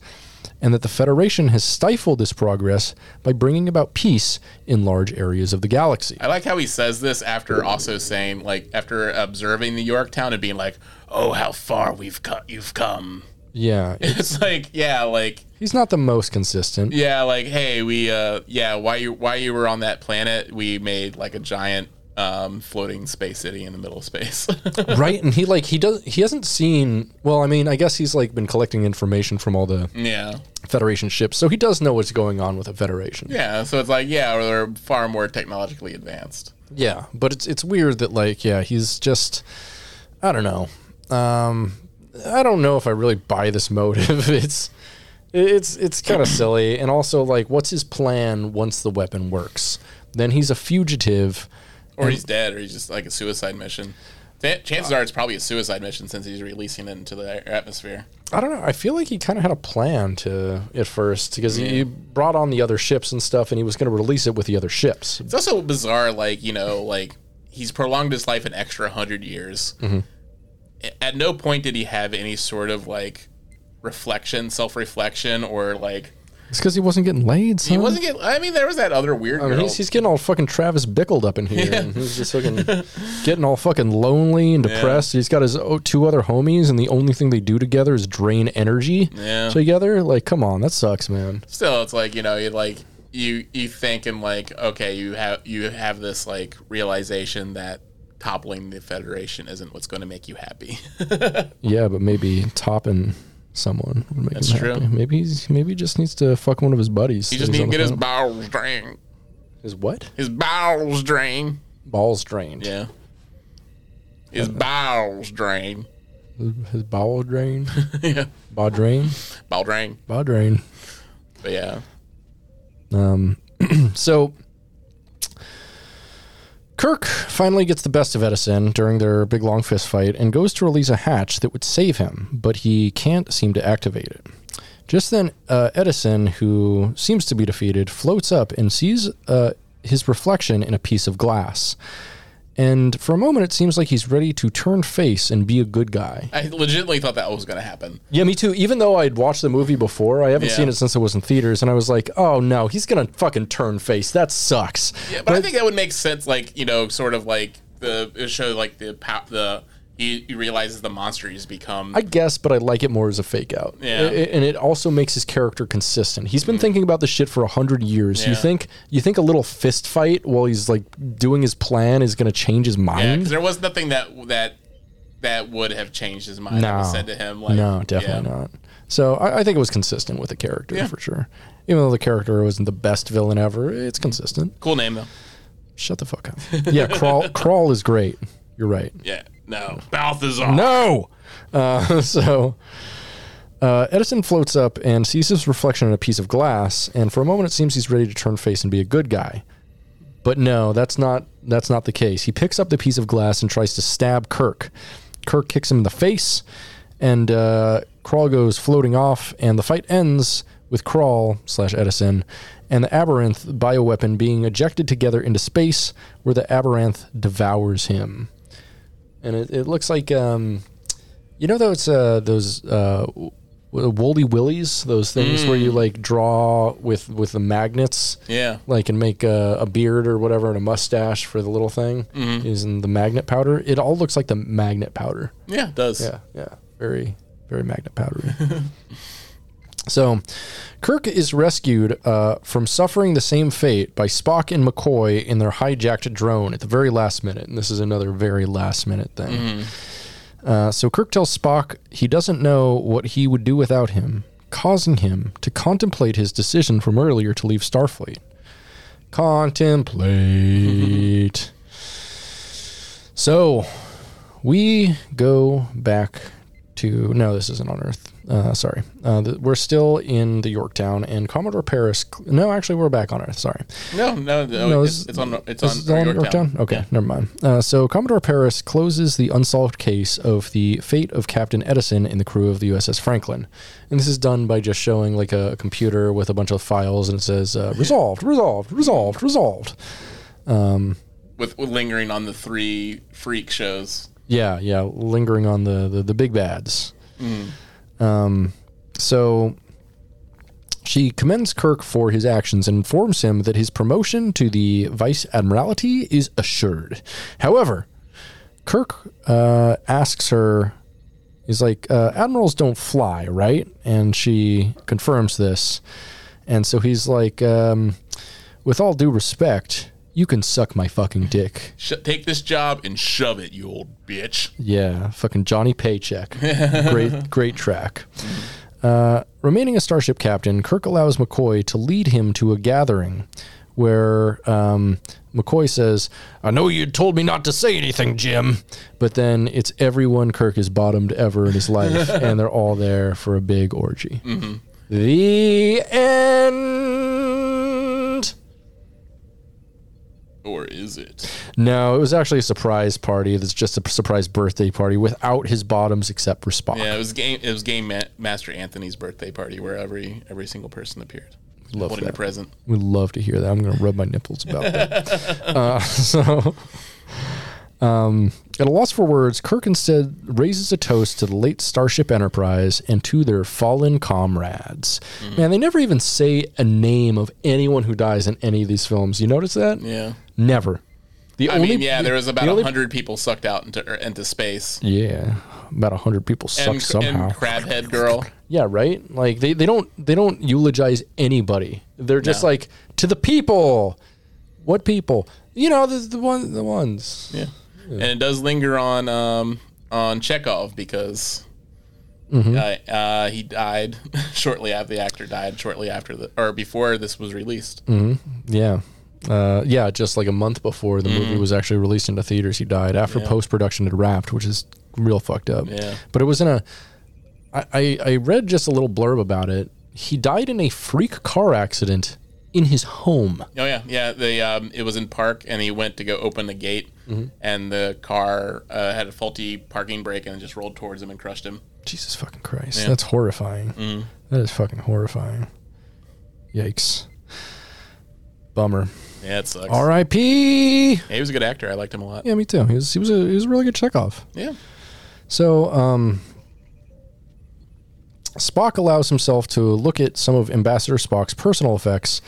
and that the Federation has stifled this progress by bringing about peace in large areas of the galaxy. I like how he says this after also saying like after observing the Yorktown and being like, "Oh, how far we've co- you've come." Yeah, It's like, yeah, like he's not the most consistent. yeah, like hey, we uh yeah, why you why you were on that planet, we made like a giant um floating space city in the middle of space. right and he like he does he hasn't seen well i mean i guess he's like been collecting information from all the yeah. federation ships so he does know what's going on with the federation Yeah, so it's like yeah, they're far more technologically advanced. yeah but it's it's weird that like yeah he's just I don't know. Um, I don't know if I really buy this motive. it's it's it's kind of silly, and also like, what's his plan once the weapon works? Then he's a fugitive. or he's dead, or he's just like a suicide mission. Th- Chances are it's probably a suicide mission since he's releasing it into the a- atmosphere. I don't know. I feel like he kind of had a plan to at first because he he brought on the other ships and stuff, and he was going to release it with the other ships. It's also bizarre, like you know, like he's prolonged his life an extra hundred years. A- At no point did he have any sort of like reflection, self-reflection, or like It's because he wasn't getting laid. Son. he wasn't getting. I mean, there was that other weird I girl. mean, he's, he's getting all fucking Travis Bickled up in here. And he's just fucking getting all fucking lonely and depressed. He's got his o- two other homies, and the only thing they do together is drain energy Yeah. together. Like, come on, that sucks, man. Still, it's like you know, you like you you think and like okay, you have you have this like realization that toppling the federation isn't what's going to make you happy. Yeah, but maybe topping someone would make That's him true. happy. Maybe he's maybe he just needs to fuck one of his buddies. You that just he's need on to the get his planet. bowels drained. his what His bowels drained. balls drained. Yeah. His bowels drained. His bowel drain, yeah. ball drain, Bowel drain. ball drain. But yeah. So Kirk finally gets the best of Edison during their big long fist fight and goes to release a hatch that would save him, but he can't seem to activate it. Just then, uh, Edison, who seems to be defeated, floats up and sees uh, his reflection in a piece of glass. And for a moment, it seems like he's ready to turn face and be a good guy. I legitimately thought that was going to happen. Yeah, me too. Even though I'd watched the movie before, I haven't Yeah. seen it since it was in theaters, and I was like, "Oh no, he's gonna fucking turn face. That sucks." Yeah, but, I think that would make sense, like, you know, sort of like the it would show, like, the pow- the he, he realizes the monster he's become. I guess, but I like it more as a fake out. Yeah. Mm. A- a- and it also makes his character consistent. He's been thinking about this shit for a hundred years. You Yeah. think you think a little fist fight while he's like doing his plan is gonna change his yeah, mind? because there was nothing that that that would have changed his mind. that was No. said to him, like, no, definitely yeah. not. So I, I think it was consistent with the character for sure. Even though the character wasn't the best villain ever, it's consistent. Cool name though. Shut the fuck up. yeah, crawl crawl is great. You're right. Yeah, no, Balthazar. No. Uh, so uh, Edison floats up and sees his reflection in a piece of glass, and for a moment it seems he's ready to turn face and be a good guy. But no, that's not that's not the case. He picks up the piece of glass and tries to stab Kirk. Kirk kicks him in the face, and uh, Crawl goes floating off, and the fight ends with Crawl slash Edison and the Aberanth bioweapon being ejected together into space, where the Aberanth devours him and it, it looks like um, you know those uh, those uh, w- woolly willies, those things where you like draw with with the magnets, Yeah, like and make a, a beard or whatever and a mustache for the little thing Mm-hmm. using the magnet powder. It all looks like the magnet powder. yeah, it does. Yeah, yeah. Very, very magnet powdery. so, Kirk is rescued uh, from suffering the same fate by Spock and McCoy in their hijacked drone at the very last minute. And this is another very last minute thing. Mm-hmm. Uh, so, Kirk tells Spock he doesn't know what he would do without him, causing him to contemplate his decision from earlier to leave Starfleet. Contemplate. so, we go back to no, this isn't on Earth. Uh, sorry, uh, th- we're still in the Yorktown and Commodore Paris. Cl- no, actually, we're back on Earth. Sorry, No, no, no, No, it's, this- it's on. It's This on is all Yorktown. Okay, never mind. Uh, so Commodore Paris closes the unsolved case of the fate of Captain Edison and the crew of the USS Franklin, and this is done by just showing like a computer with a bunch of files and it says uh, resolved, resolved, resolved, resolved. With, with lingering on the three freak shows. Yeah, yeah, lingering on the the, the big bads. Um, so she commends Kirk for his actions and informs him that his promotion to the Vice Admiralty is assured. However, Kirk uh, asks her, he's like, uh, Admirals don't fly, right? And she confirms this. And so he's like, um, with all due respect, you can suck my fucking dick. Sh- take this job and shove it, you old bitch. Yeah, fucking Johnny Paycheck. great, great track. Uh, remaining a starship captain, Kirk allows McCoy to lead him to a gathering where um, McCoy says, I know you told me not to say anything, Jim. But then it's everyone Kirk has bottomed ever in his life, and they're all there for a big orgy. The end. Or is it? No, it was actually a surprise party. That's just a surprise birthday party without his bottoms except for Spock. Yeah, it was game. It was game ma- master Anthony's birthday party where every every single person appeared. Love holding that. a present. We'd love to hear that. I'm going to rub my nipples about that. Uh, so, um, at a loss for words, Kirk instead raises a toast to the late Starship Enterprise and to their fallen comrades. Mm-hmm. Man, they never even say a name of anyone who dies in any of these films. You notice that? Yeah. Never. The I mean, yeah, there was about the only- hundred people sucked out into er, into space. Yeah, about a hundred people suck and, somehow. and crabhead girl. Yeah, right. Like they, they don't they don't eulogize anybody. They're just No. like to the people. What people? You know the the one the ones. Yeah. And it does linger on um, on Chekhov because Mm-hmm. uh, uh, he died shortly after the actor died shortly after the or before this was released. Yeah. Uh, yeah, just like a month before the Mm. movie was actually released into theaters, he died after post production had wrapped, which is real fucked up. Yeah. But it was in a. I, I, I read just a little blurb about it. He died in a freak car accident in his home. Oh yeah, yeah. They um, it was in park, and he went to go open the gate, and the car uh, had a faulty parking brake and it just rolled towards him and crushed him. Jesus fucking Christ. That's horrifying. That is fucking horrifying. Yikes. Bummer. Yeah, it Oh. sucks. R.I.P. Yeah, he was a good actor. I liked him a lot. Yeah, me too. He was he was a he was a really good Chekhov. Yeah. So, um, Spock allows himself to look at some of Ambassador Spock's personal effects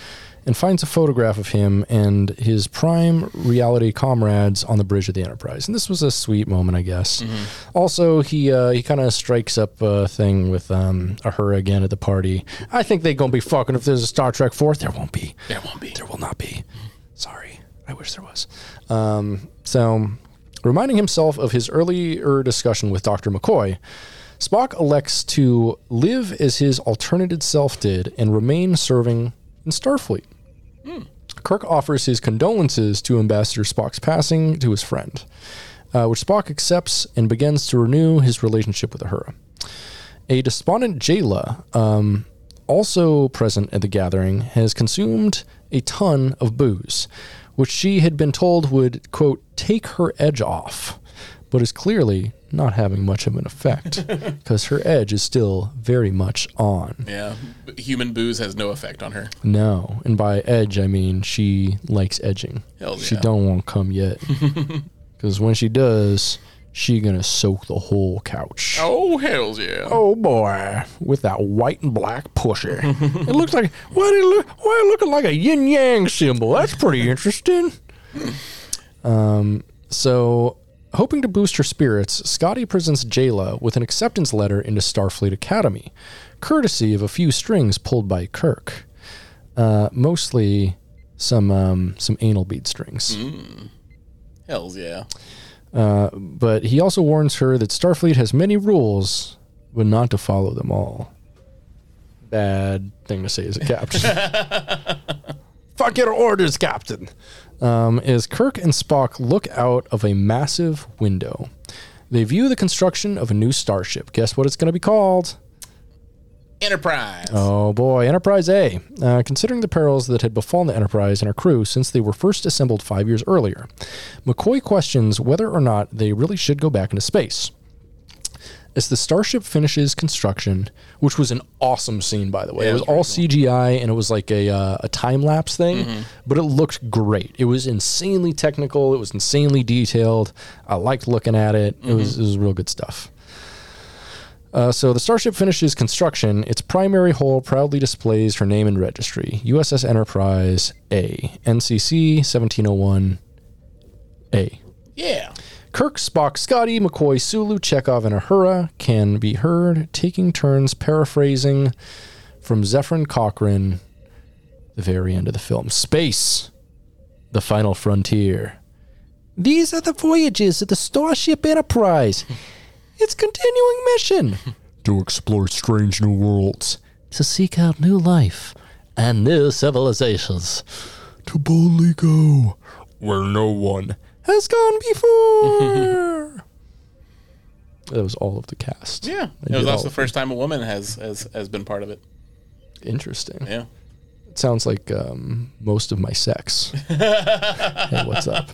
and finds a photograph of him and his prime reality comrades on the bridge of the Enterprise. And this was a sweet moment, I guess. Mm-hmm. Also, he uh, he kind of strikes up a thing with um, Ahura again at the party. I think they going to be fucking if there's a Star Trek 4th. There won't be. There won't be. There will not be. Sorry. I wish there was. Um, so, reminding himself of his earlier discussion with Dr. McCoy, Spock elects to live as his alternative self did and remain serving in Starfleet. Kirk offers his condolences to Ambassador Spock's passing to his friend, uh, which Spock accepts and begins to renew his relationship with Ahura. A despondent Jayla, um, also present at the gathering, has consumed a ton of booze, which she had been told would, quote, take her edge off, but is clearly not having much of an effect because her edge is still very much on. Yeah. B- Human booze has no effect on her. No, and by edge I mean she likes edging. Hell She yeah. don't want to come yet, because when she does, she gonna soak the whole couch. Oh hell's yeah. Oh boy, with that white and black pusher, it looks like why did it look why it looking like a yin yang symbol? That's pretty interesting. Um, so hoping to boost her spirits, Scotty presents Jayla with an acceptance letter into Starfleet Academy, courtesy of a few strings pulled by Kirk, uh, mostly some um, some anal bead strings. Hell's yeah. But he also warns her that Starfleet has many rules, but not to follow them all. Bad thing to say as a captain. Fuck your orders, Captain. Um, as Kirk and Spock look out of a massive window, they view the construction of a new starship. Guess what it's going to be called? Enterprise. Oh boy, Enterprise A. Uh, considering the perils that had befallen the Enterprise and her crew since they were first assembled five years earlier, McCoy questions whether or not they really should go back into space. As the starship finishes construction, which was an awesome scene, by the way, Yeah, it it was was all CGI and it was like a, uh, a time lapse thing, Mm-hmm. but it looked great. It was insanely technical, it was insanely detailed. I liked looking at it, Mm-hmm. it, was, it was real good stuff. Uh, so the starship finishes construction. Its primary hull proudly displays her name and registry: USS Enterprise A, NCC 1701 A. Yeah. Kirk, Spock, Scotty, McCoy, Sulu, Chekhov, and Ahura can be heard taking turns paraphrasing from Zephyrin Cochrane, the very end of the film. Space, the final frontier. These are the voyages of the Starship Enterprise. Its continuing mission to explore strange new worlds, to seek out new life and new civilizations, to boldly go where no one has gone before. that was all of the cast. Yeah, Oh. I it was did also all- the first time a woman has has has been part of it. Interesting. Yeah, It sounds like um, most of my sex. hey, what's up?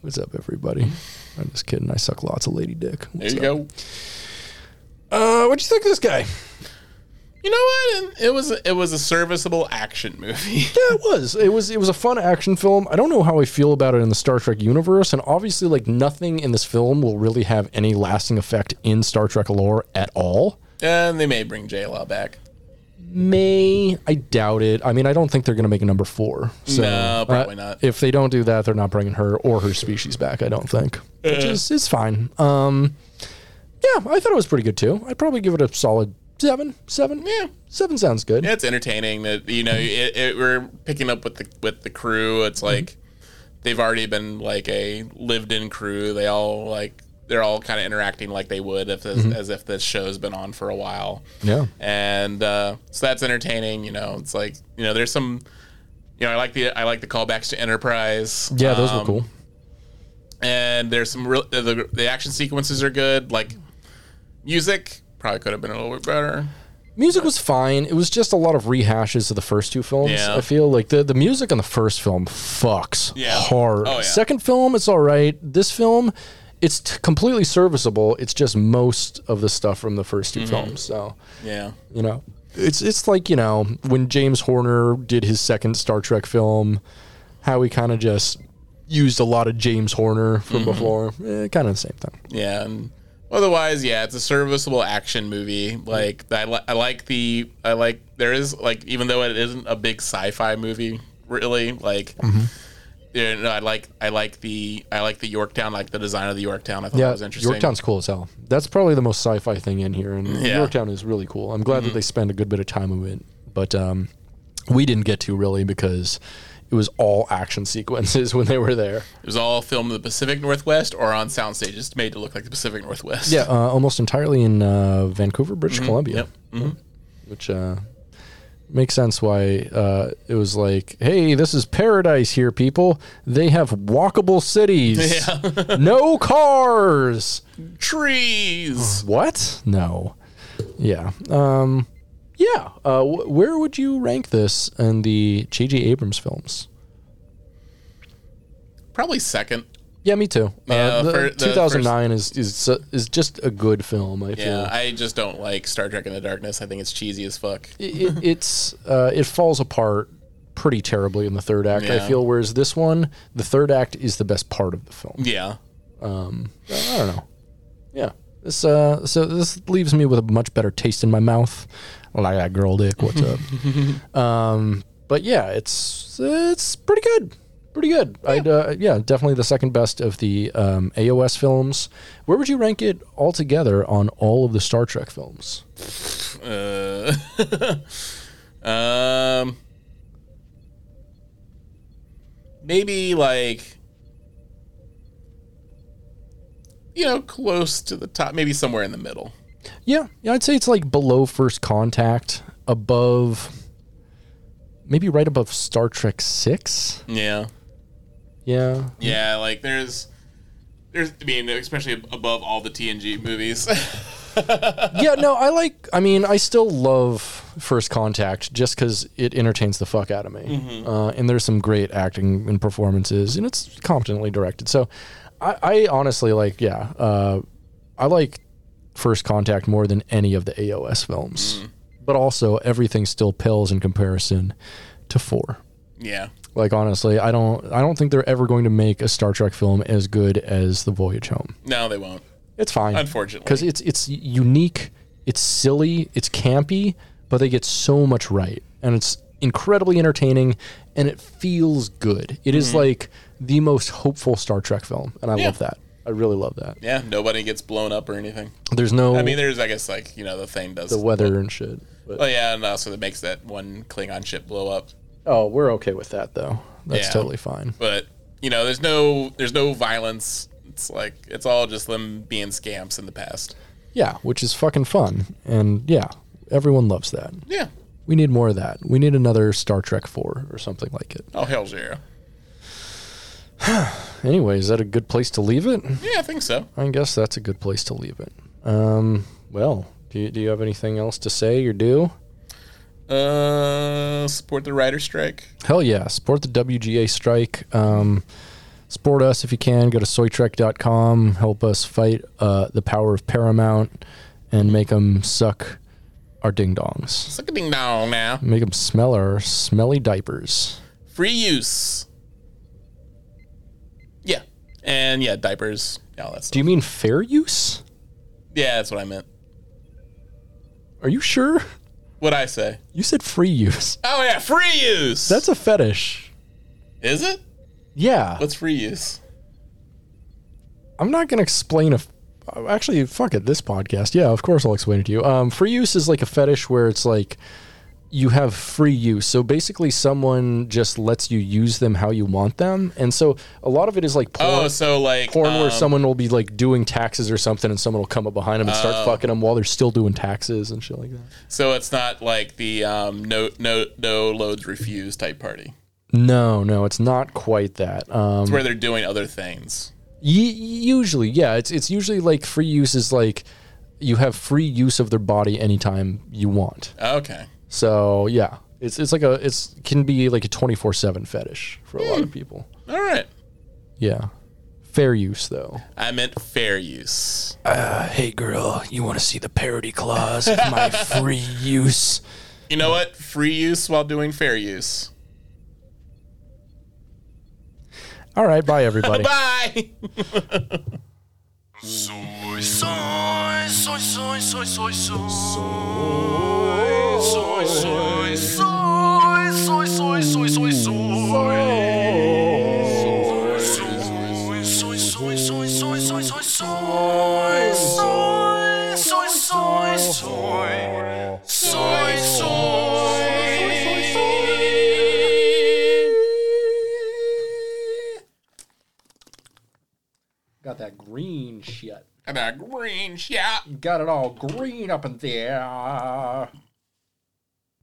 What's up, everybody? I'm just kidding. I suck lots of lady dick. there What's you up? go. Uh, what'd you think of this guy? You know what? And It was it was a serviceable action movie. Yeah, it was. It was. It was a fun action film. I don't know how I feel about it in the Star Trek universe, and obviously, like nothing in this film will really have any lasting effect in Star Trek lore at all. and they may bring J Law back. May I doubt it? I mean, I don't think they're going to make a number four. So, No, probably not. If they don't do that, they're not bringing her or her species back. I don't think, which Eh. is is fine. Um, yeah, I thought it was pretty good too. I'd probably give it a solid seven. Seven. Yeah. seven sounds good. It's entertaining that you know it, Mm-hmm. it, we're picking up with the with the crew. It's like they've already been like a lived in crew. They all like they're all kind of interacting like they would if Mm-hmm. this, as if this show's been on for a while. Yeah. and uh, so that's entertaining. You know, it's like you know, there's some. You know, I like the I like the callbacks to Enterprise. Yeah, those were Um, cool. And there's some real the, the, the action sequences are good. Like music probably could have been a little bit better. Music was fine. It was just a lot of rehashes of the first two films. Yeah. I feel like the, the music on the first film fucks Yeah. hard. Oh, yeah. Second film, it's all right. This film, it's t- completely serviceable. It's just most of the stuff from the first Mm-hmm. two films. So Yeah. you know, it's it's like you know when James Horner did his second Star Trek film, how he kind of just used a lot of James Horner Mm-hmm. from before. kind of the same thing. Yeah. And otherwise, yeah, it's a serviceable action movie. Like I, li- I like the I like there is like even though it isn't a big sci-fi movie really like. You know, I like I like the I like the Yorktown, like the design of the Yorktown. I thought that was interesting. Yorktown's cool as hell. That's probably the most sci-fi thing in here, and Yeah. Mm-hmm. Yorktown is really cool. I'm glad that they spend a good bit of time of it, but um, we didn't get to really because it was all action sequences when they were there. It was all filmed in the Pacific Northwest or on sound stages made to look like the Pacific Northwest. Yeah, uh, almost entirely in uh, Vancouver, British Columbia, Mm-hmm. Yep. which uh, makes sense why uh, it was like, "Hey, this is paradise here, people. They have walkable cities, no cars." Uh-huh. Trees. What? No. Yeah. Um, yeah. Uh, wh- where would you rank this in the J.J. Abrams films? Probably second. Yeah, me too. Yeah, uh, the- fir- the 2009 is is uh, is just a good film. I feel. Yeah. I just don't like Star Trek in the Darkness. I think it's cheesy as fuck. it, it- it's uh, it falls apart pretty terribly in the third act. I Yeah. feel whereas this one, the third act is the best part of the film. Yeah. I don't know. Yeah. This uh, so this leaves me with a much better taste in my mouth. I Like that girl dick. What's up? um, but yeah, it's it's pretty good. Pretty good. I'd uh, yeah, definitely the second best of the um, AOS films. Where would you rank it altogether on all of the Star Trek films? Uh, um, maybe like you know close to the top, maybe somewhere in the middle. Yeah, yeah, I'd say it's like below First Contact, above, maybe right above Star Trek Six. Yeah, Yeah, yeah. Like there's, there's. I mean, especially above all the TNG movies. yeah. No, I like. I mean, I still love First Contact just because it entertains the fuck out of me, uh, and there's some great acting and performances, and it's competently directed. So, I, I honestly like. Yeah, uh, I like First Contact more than any of the AOS films, but also everything still pales in comparison to four. yeah. Like honestly, I don't I don't think they're ever going to make a Star Trek film as good as The Voyage Home. No, they won't. It's fine. Unfortunately. Cuz it's it's unique, it's silly, it's campy, but they get so much right and it's incredibly entertaining and it feels good. It is like the most hopeful Star Trek film and I Mm-hmm. Yeah. love that. I really love that. Yeah, nobody gets blown up or anything. There's no I mean, there's, I guess, like you know, the thing does the weather and shit. But, Oh yeah, and also that makes that one Klingon ship blow up. oh, we're okay with that though. That's Yeah. totally fine. but you know there's no there's no violence it's like it's all just them being scamps in the past Yeah, which is fucking fun. And yeah, everyone loves that. yeah We need more of that. We need another Star Trek 4 or something like it. oh hell yeah Anyway, is that a good place to leave it? Yeah, I think so. I guess that's a good place to leave it. Um, well, do you, do you have anything else to say or do? Uh, support the writer strike. Hell yeah. Support the WGA strike. Um, support us if you can. Go to soytrek.com. Help us fight uh, the power of Paramount and make them suck our ding dongs. Suck a ding dong now. Make them smell our smelly diapers. Free use. Yeah, and yeah, diapers. Yeah, all that Do stuff. you mean fair use? Yeah, that's what I meant. Are you sure? What I say? You said free use. Oh yeah, free use. That's a fetish. is it? Yeah. What's free use? I'm not going to explain a. f- Actually, fuck it. This podcast, yeah, of course I'll explain it to you. Um, free use is like a fetish where it's like you have free use. So basically, someone just lets you use them how you want them, and so a lot of it is like porn, Oh, so like porn where um, someone will be like doing taxes or something, and someone will come up behind them and Oh. start fucking them while they're still doing taxes and shit like that. so it's not like the um no no no loads refused type party. No, no, it's not quite that. Um, It's where they're doing other things. Y- usually, yeah. It's it's usually like free use is like you have free use of their body anytime you want. Okay. So yeah, it's it's like a it's can be like a twenty four seven fetish for a lot of people. All right. Yeah, fair use though. I meant fair use. hey girl, you want to see the parody clause of my free use? You know what? Free use while doing fair use. All right, bye everybody. Bye. Got that green shit. And a green shot. Got it all green up in there.